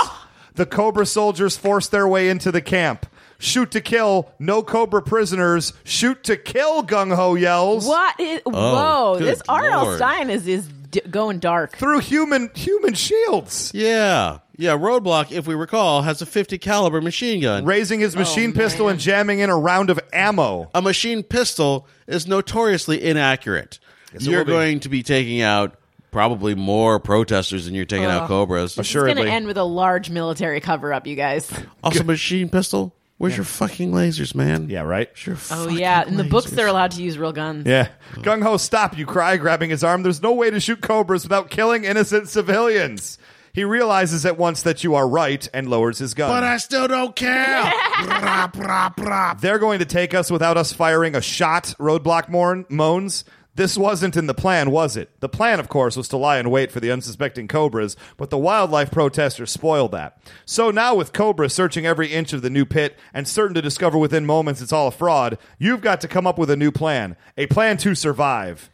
the Cobra soldiers force their way into the camp. Shoot to kill, no Cobra prisoners. Shoot to kill, gung ho yells.
What is? whoa,
good
this R.L.
lord.
Stein is is d- going dark.
Through human human shields.
Yeah.
Yeah, Roadblock, if we recall, has a 50 caliber machine gun.
Raising his machine pistol and jamming in a round of ammo.
a machine pistol is notoriously inaccurate.
it
you're
will be.
going to be taking out probably more protesters than you're taking out cobras.
It's going
Assuredly.
to end with a large military cover up, you guys.
Also, machine pistol. Where's your fucking lasers, man?
Yeah, right?
Where's your
Oh
fucking
yeah, in the books
lasers?
they're allowed to use real guns.
Yeah. Gung ho, stop, you cry, grabbing his arm. There's no way to shoot cobras without killing innocent civilians. He realizes at once that you are right and lowers his gun.
But I still don't care. Brah, brah, brah.
They're going to take us without us firing a shot, Roadblock mourn, moans. This wasn't in the plan, was it? The plan, of course, was to lie in wait for the unsuspecting cobras, but the wildlife protesters spoiled that. So now, with cobras searching every inch of the new pit and certain to discover within moments it's all a fraud, you've got to come up with a new plan. A plan to survive.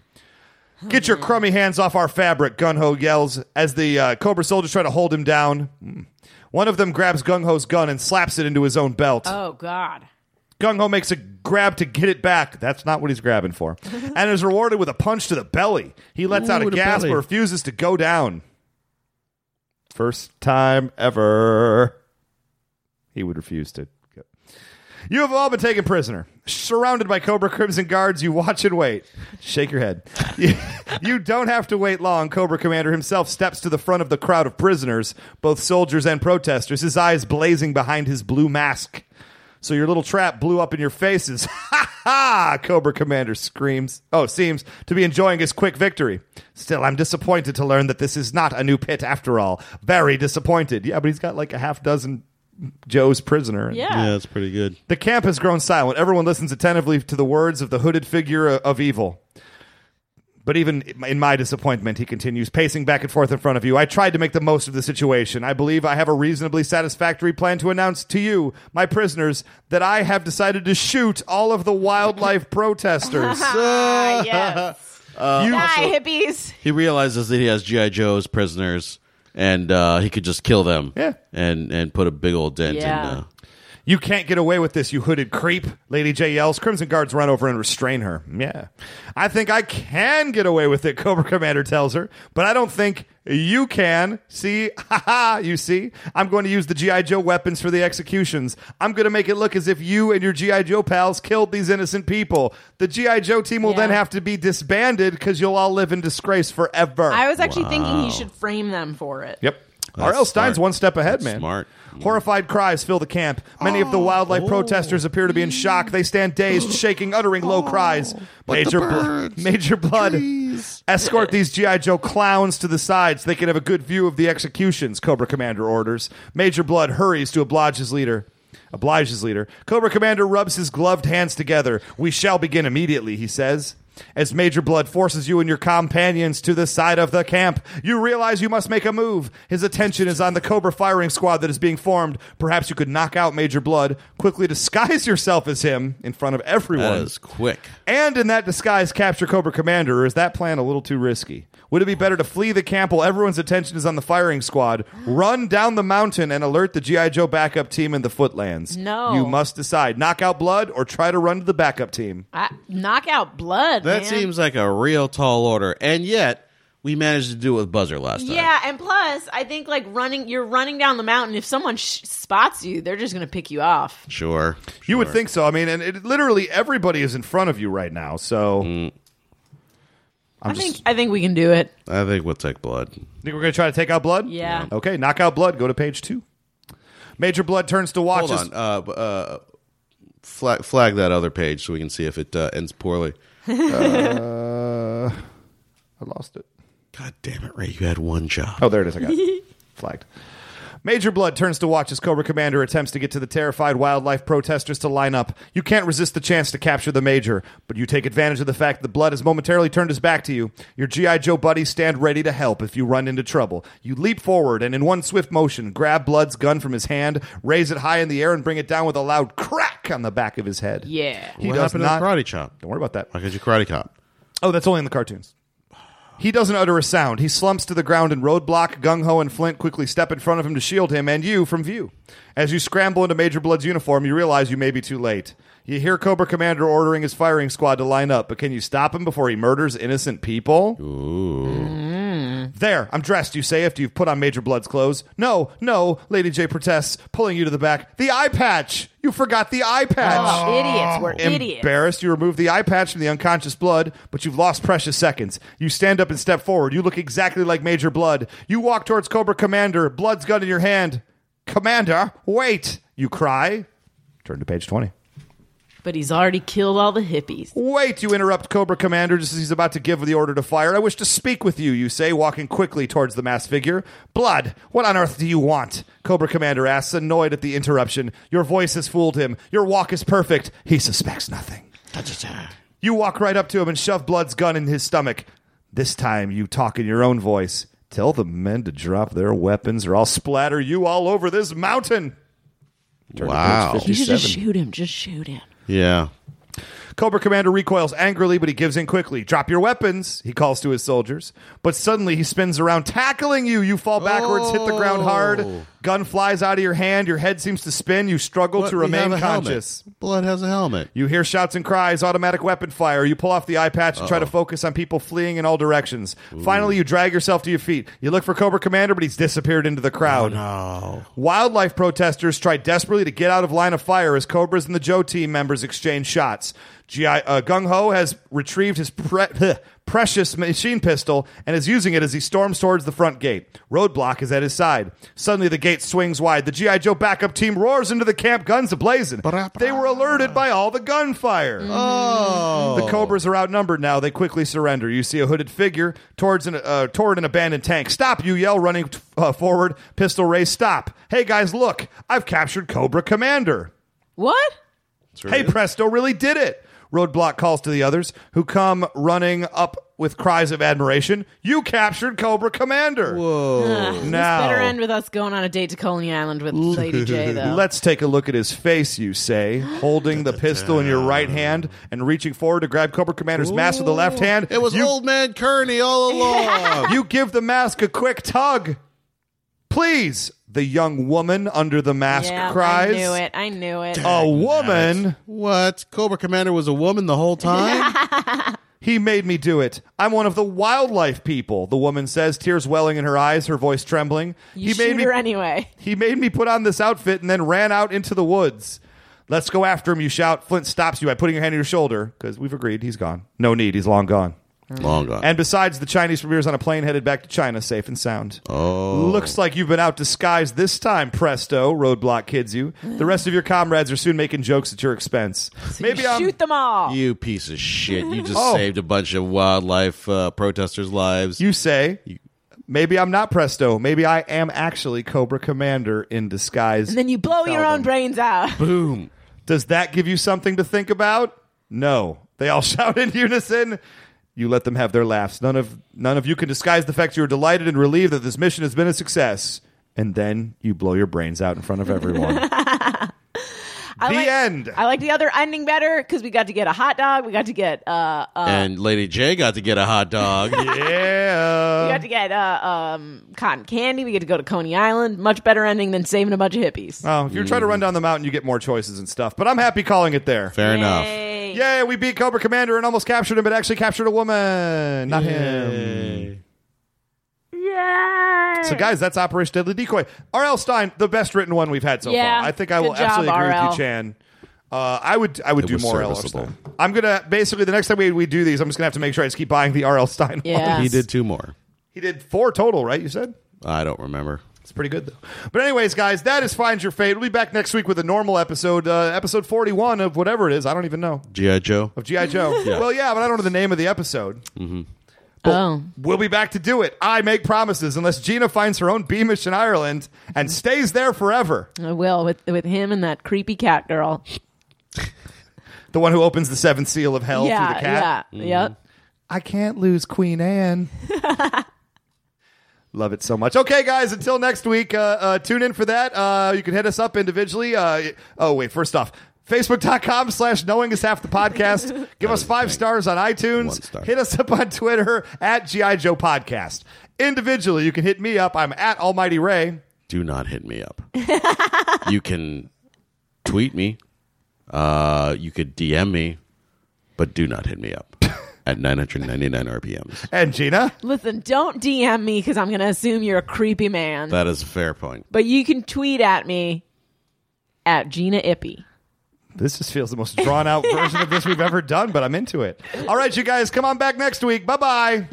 Get your crummy hands off our fabric, Gung Ho yells as the uh, Cobra soldiers try to hold him down. Hmm. One of them grabs Gung Ho's gun and slaps it into his own belt.
Oh god.
Gung Ho makes a grab to get it back. That's not what he's grabbing for. and is rewarded with a punch to the belly. He lets out
Ooh,
a
the
gasp
belly.
but refuses to go down. First time ever. He would refuse to. go. You have all been taken prisoner. Surrounded by Cobra Crimson guards, you watch and wait. Shake your head. You, you don't have to wait long. Cobra Commander himself steps to the front of the crowd of prisoners, both soldiers and protesters, his eyes blazing behind his blue mask. So your little trap blew up in your faces. Ha ha! Cobra Commander screams. Oh, seems to be enjoying his quick victory. Still, I'm disappointed to learn that this is not a new pit after all. Very disappointed. Yeah, but he's got like a half dozen Joe's prisoner.
Yeah.
Yeah, that's pretty good.
The camp has grown silent. Everyone listens attentively to the words of the hooded figure uh, of evil. But even in my disappointment, he continues, pacing back and forth in front of you. I tried to make the most of the situation. I believe I have a reasonably satisfactory plan to announce to you, my prisoners, that I have decided to shoot all of the wildlife protesters.
Ah, yes.
you,
Die hippies.
He realizes that he has GI Joe's prisoners, and uh, he could just kill them.
Yeah.
and and put a big old dent
Yeah.
in. Uh,
You can't get away with this, you hooded creep. Lady J yells. Crimson Guards run over and restrain her. Yeah. I think I can get away with it, Cobra Commander tells her, but I don't think you can. See? Ha ha, you see? I'm going to use the G.I. Joe weapons for the executions. I'm going to make it look as if you and your G.I. Joe pals killed these innocent people. The G.I. Joe team will
Yeah.
then have to be disbanded because you'll all live in disgrace forever.
I was actually thinking he should frame them for it.
Yep. R.L. Stein's
smart.
one step ahead, man.
smart.
Horrified cries fill the camp. Many of the wildlife protesters appear to be in shock. They stand dazed, shaking, uttering low cries. Major, Blo- Major Blood escort these G.I. Joe clowns to the sides. they can have a good view of the executions, Cobra Commander orders. Major Blood hurries to oblige his leader. Oblige his leader. Cobra Commander rubs his gloved hands together. We shall begin immediately, he says. As Major Blood forces you and your companions to the side of the camp, you realize you must make a move. His attention is on the Cobra firing squad that is being formed. Perhaps you could knock out Major Blood, quickly disguise yourself as him in front of everyone.
that is quick.
And in that disguise, capture Cobra Commander, or is that plan a little too risky? Would it be better to flee the camp while everyone's attention is on the firing squad, run down the mountain, and alert the G.I. Joe backup team in the footlands?
No.
You must decide knock out blood or try to run to the backup team.
I, knock out blood.
That
man.
seems like a real tall order, and yet we managed to do it with buzzer last time.
Yeah, and plus, I think like running, you're running down the mountain. If someone sh- spots you, they're just gonna pick you off.
sure.
You would think so. I mean, and it, literally everybody is in front of you right now, so.
Mm.
i
I'm just-
think I think we can do it.
I think we'll take blood.
Think we're going to try to take out blood?
Yeah.
Okay, knock out blood. Go to page two. Major Blood turns to watch
Hold
us.
on. Uh, b- uh, flag, flag that other page so we can see if it uh, ends poorly.
I lost it.
God damn it, Ray! You had one job.
Oh, there it is. I got it. flagged. Major Blood turns to watch as Cobra Commander attempts to get to the terrified wildlife protesters to line up. You can't resist the chance to capture the Major, but you take advantage of the fact that Blood has momentarily turned his back to you. Your G.I. Joe buddies stand ready to help if you run into trouble. You leap forward and, in one swift motion, grab Blood's gun from his hand, raise it high in the air, and bring it down with a loud crack on the back of his head.
Yeah.
He
what
does
happened
not.
to the karate chop?
Don't worry about that.
Why could you karate chop?
Oh, that's only in the cartoons. He doesn't utter a sound. He slumps to the ground, and Roadblock, Gung Ho, and Flint quickly step in front of him to shield him and you from view. As you scramble into Major Blood's uniform, you realize you may be too late. You hear Cobra Commander ordering his firing squad to line up, but can you stop him before he murders innocent people? There, I'm dressed, you say, after you've put on Major Blood's clothes. No, no, Lady J protests, pulling you to the back. The eye patch! You forgot the eye patch!
Oh. Idiots. We're idiots.
Embarrassed, you remove the eye patch from the unconscious blood, but you've lost precious seconds. You stand up and step forward. You look exactly like Major Blood. You walk towards Cobra Commander, blood's gun in your hand. Commander, wait! You cry. Turn to page 20.
But he's already killed all the hippies.
Wait, you interrupt Cobra Commander just as he's about to give the order to fire. I wish to speak with you, you say, walking quickly towards the masked figure. Blood, what on earth do you want? Cobra Commander asks, annoyed at the interruption. Your voice has fooled him. Your walk is perfect. He suspects nothing. You walk right up to him and shove Blood's gun in his stomach. This time you talk in your own voice. Tell the men to drop their weapons or I'll splatter you all over this mountain.
Wow.
You should just shoot him. Just shoot him.
Yeah.
Cobra Commander recoils angrily, but he gives in quickly. Drop your weapons, he calls to his soldiers. But suddenly he spins around, tackling you. You fall backwards, hit the
Oh.
ground hard. Gun flies out of your hand. Your head seems to spin. You struggle
But
to
we have
remain
a helmet.
conscious.
Blood has a helmet.
You hear shouts and cries, automatic weapon fire. You pull off the eye patch and try to focus on people fleeing in all directions. Finally, you drag yourself to your feet. You look for Cobra Commander, but he's disappeared into the crowd.
Oh,
Wildlife protesters try desperately to get out of line of fire as Cobras and the Joe team members exchange shots. GI uh, Gung Ho has retrieved his pre- precious machine pistol and is using it as he storms towards the front gate. Roadblock is at his side. Suddenly, the gate swings wide. The GI Joe backup team roars into the camp, guns ablazing. They were alerted by all the gunfire.
Oh.
The Cobras are outnumbered now. They quickly surrender. You see a hooded figure towards an, uh, toward an abandoned tank. Stop! You yell, running t- uh, forward. Pistol raised. Stop! Hey guys, look! I've captured Cobra Commander.
What?
Hey presto, really did it! Roadblock calls to the others, who come running up with cries of admiration. You captured Cobra Commander.
Ugh, this
Now-
better end with us going on a date to Colony Island with Lady J, though.
Let's take a look at his face, you say, holding the pistol in your right hand and reaching forward to grab Cobra Commander's mask with the left hand.
It was
you
old man Kearney all along.
you give the mask a quick tug. Please, the young woman under the mask
yeah,
cries. Oh,
I knew it. I knew it.
A woman.
what? Cobra Commander was a woman the whole time?
He made me do it. I'm one of the wildlife people, the woman says, tears welling in her eyes, her voice trembling.
you
he
shoot
made me
her anyway.
He made me put on this outfit and then ran out into the woods. Let's go after him, you shout. Flint stops you by putting your hand on your shoulder, because we've agreed he's gone. No need, he's long gone.
Long gone.
And besides, the Chinese premier's on a plane headed back to China, safe and sound. Oh. Looks like you've been out disguised this time, presto, Roadblock kids you. The rest of your comrades are soon making jokes at your expense. Maybe
You
I'm.
shoot them all.
you piece of shit. You just
Oh.
saved a bunch of wildlife uh, protesters' lives.
You say. Maybe I'm not presto. Maybe I am actually Cobra Commander in disguise.
and then you blow your own brains out.
Boom.
Does that give you something to think about? No. They all shout in unison. You let them have their laughs. None of none of you can disguise the fact you are delighted and relieved that this mission has been a success. And then you blow your brains out in front of everyone. the
like-
end.
I like the other ending better because we got to get a hot dog. We got to get uh, uh
and Lady J got to get a hot dog.
we
yeah.
got to get uh um cotton candy. We get to go to Coney Island. Much better ending than saving a bunch of hippies.
Oh, if you're trying to run down the mountain, you get more choices and stuff. But I'm happy calling it there.
Fair enough.
Yay.
Yay, we beat Cobra Commander and almost captured him, but actually captured a woman, not him. Yeah. So, guys, that's Operation Deadly Decoy. R.L. Stein, the best written one we've had so
Yeah.
far. I think I will
Good job,
absolutely agree with
RL.
you, Chan. Uh, I would, I would
It
do
was
more R.L.
serviceable.
Stein. I'm gonna basically the next time we, we do these, I'm just gonna have to make sure I just keep buying the R.L. Stein. one.
Yeah.
He did two more.
he did four total, right? You said.
I don't remember.
It's pretty good though. But anyways, guys, that is Find Your Fate. We'll be back next week with a normal episode, uh, episode 41 of whatever it is. I don't even know
G.I. Joe?
of GI Joe. Well, yeah, but I don't know the name of the episode. But
Oh.
We'll be back to do it. I make promises unless Gina finds her own Beamish in Ireland and stays there forever.
I will with with him and that creepy cat girl.
The one who opens the seventh seal of hell
yeah,
through the cat.
yeah, yep.
I can't lose Queen Anne. Love it so much. Okay, guys, until next week, uh, uh, tune in for that. Uh, you can hit us up individually. Uh, oh, wait, first off, facebook.com slash knowing is half the podcast. Give us five stars on
One
iTunes.
star.
Hit us up on Twitter at G.I. Joe Podcast. Individually, you can hit me up. I'm at Almighty Ray.
do not hit me up. you can tweet me. Uh, you could DM me, but do not hit me up at 999 RPMs.
And Gina,
Listen, don't DM me because I'm going to assume you're a creepy man.
That is a fair point.
but you can tweet at me at Gina Ippy.
this just feels the most drawn out version of this we've ever done, but I'm into it. All right, you guys, come on back next week. Bye bye.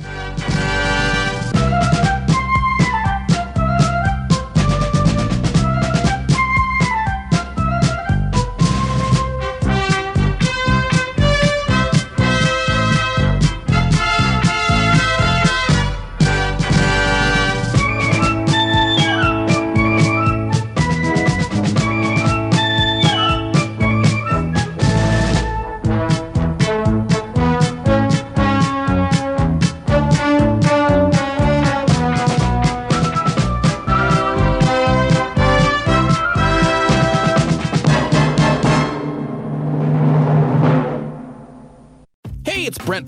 Hey, it's Brent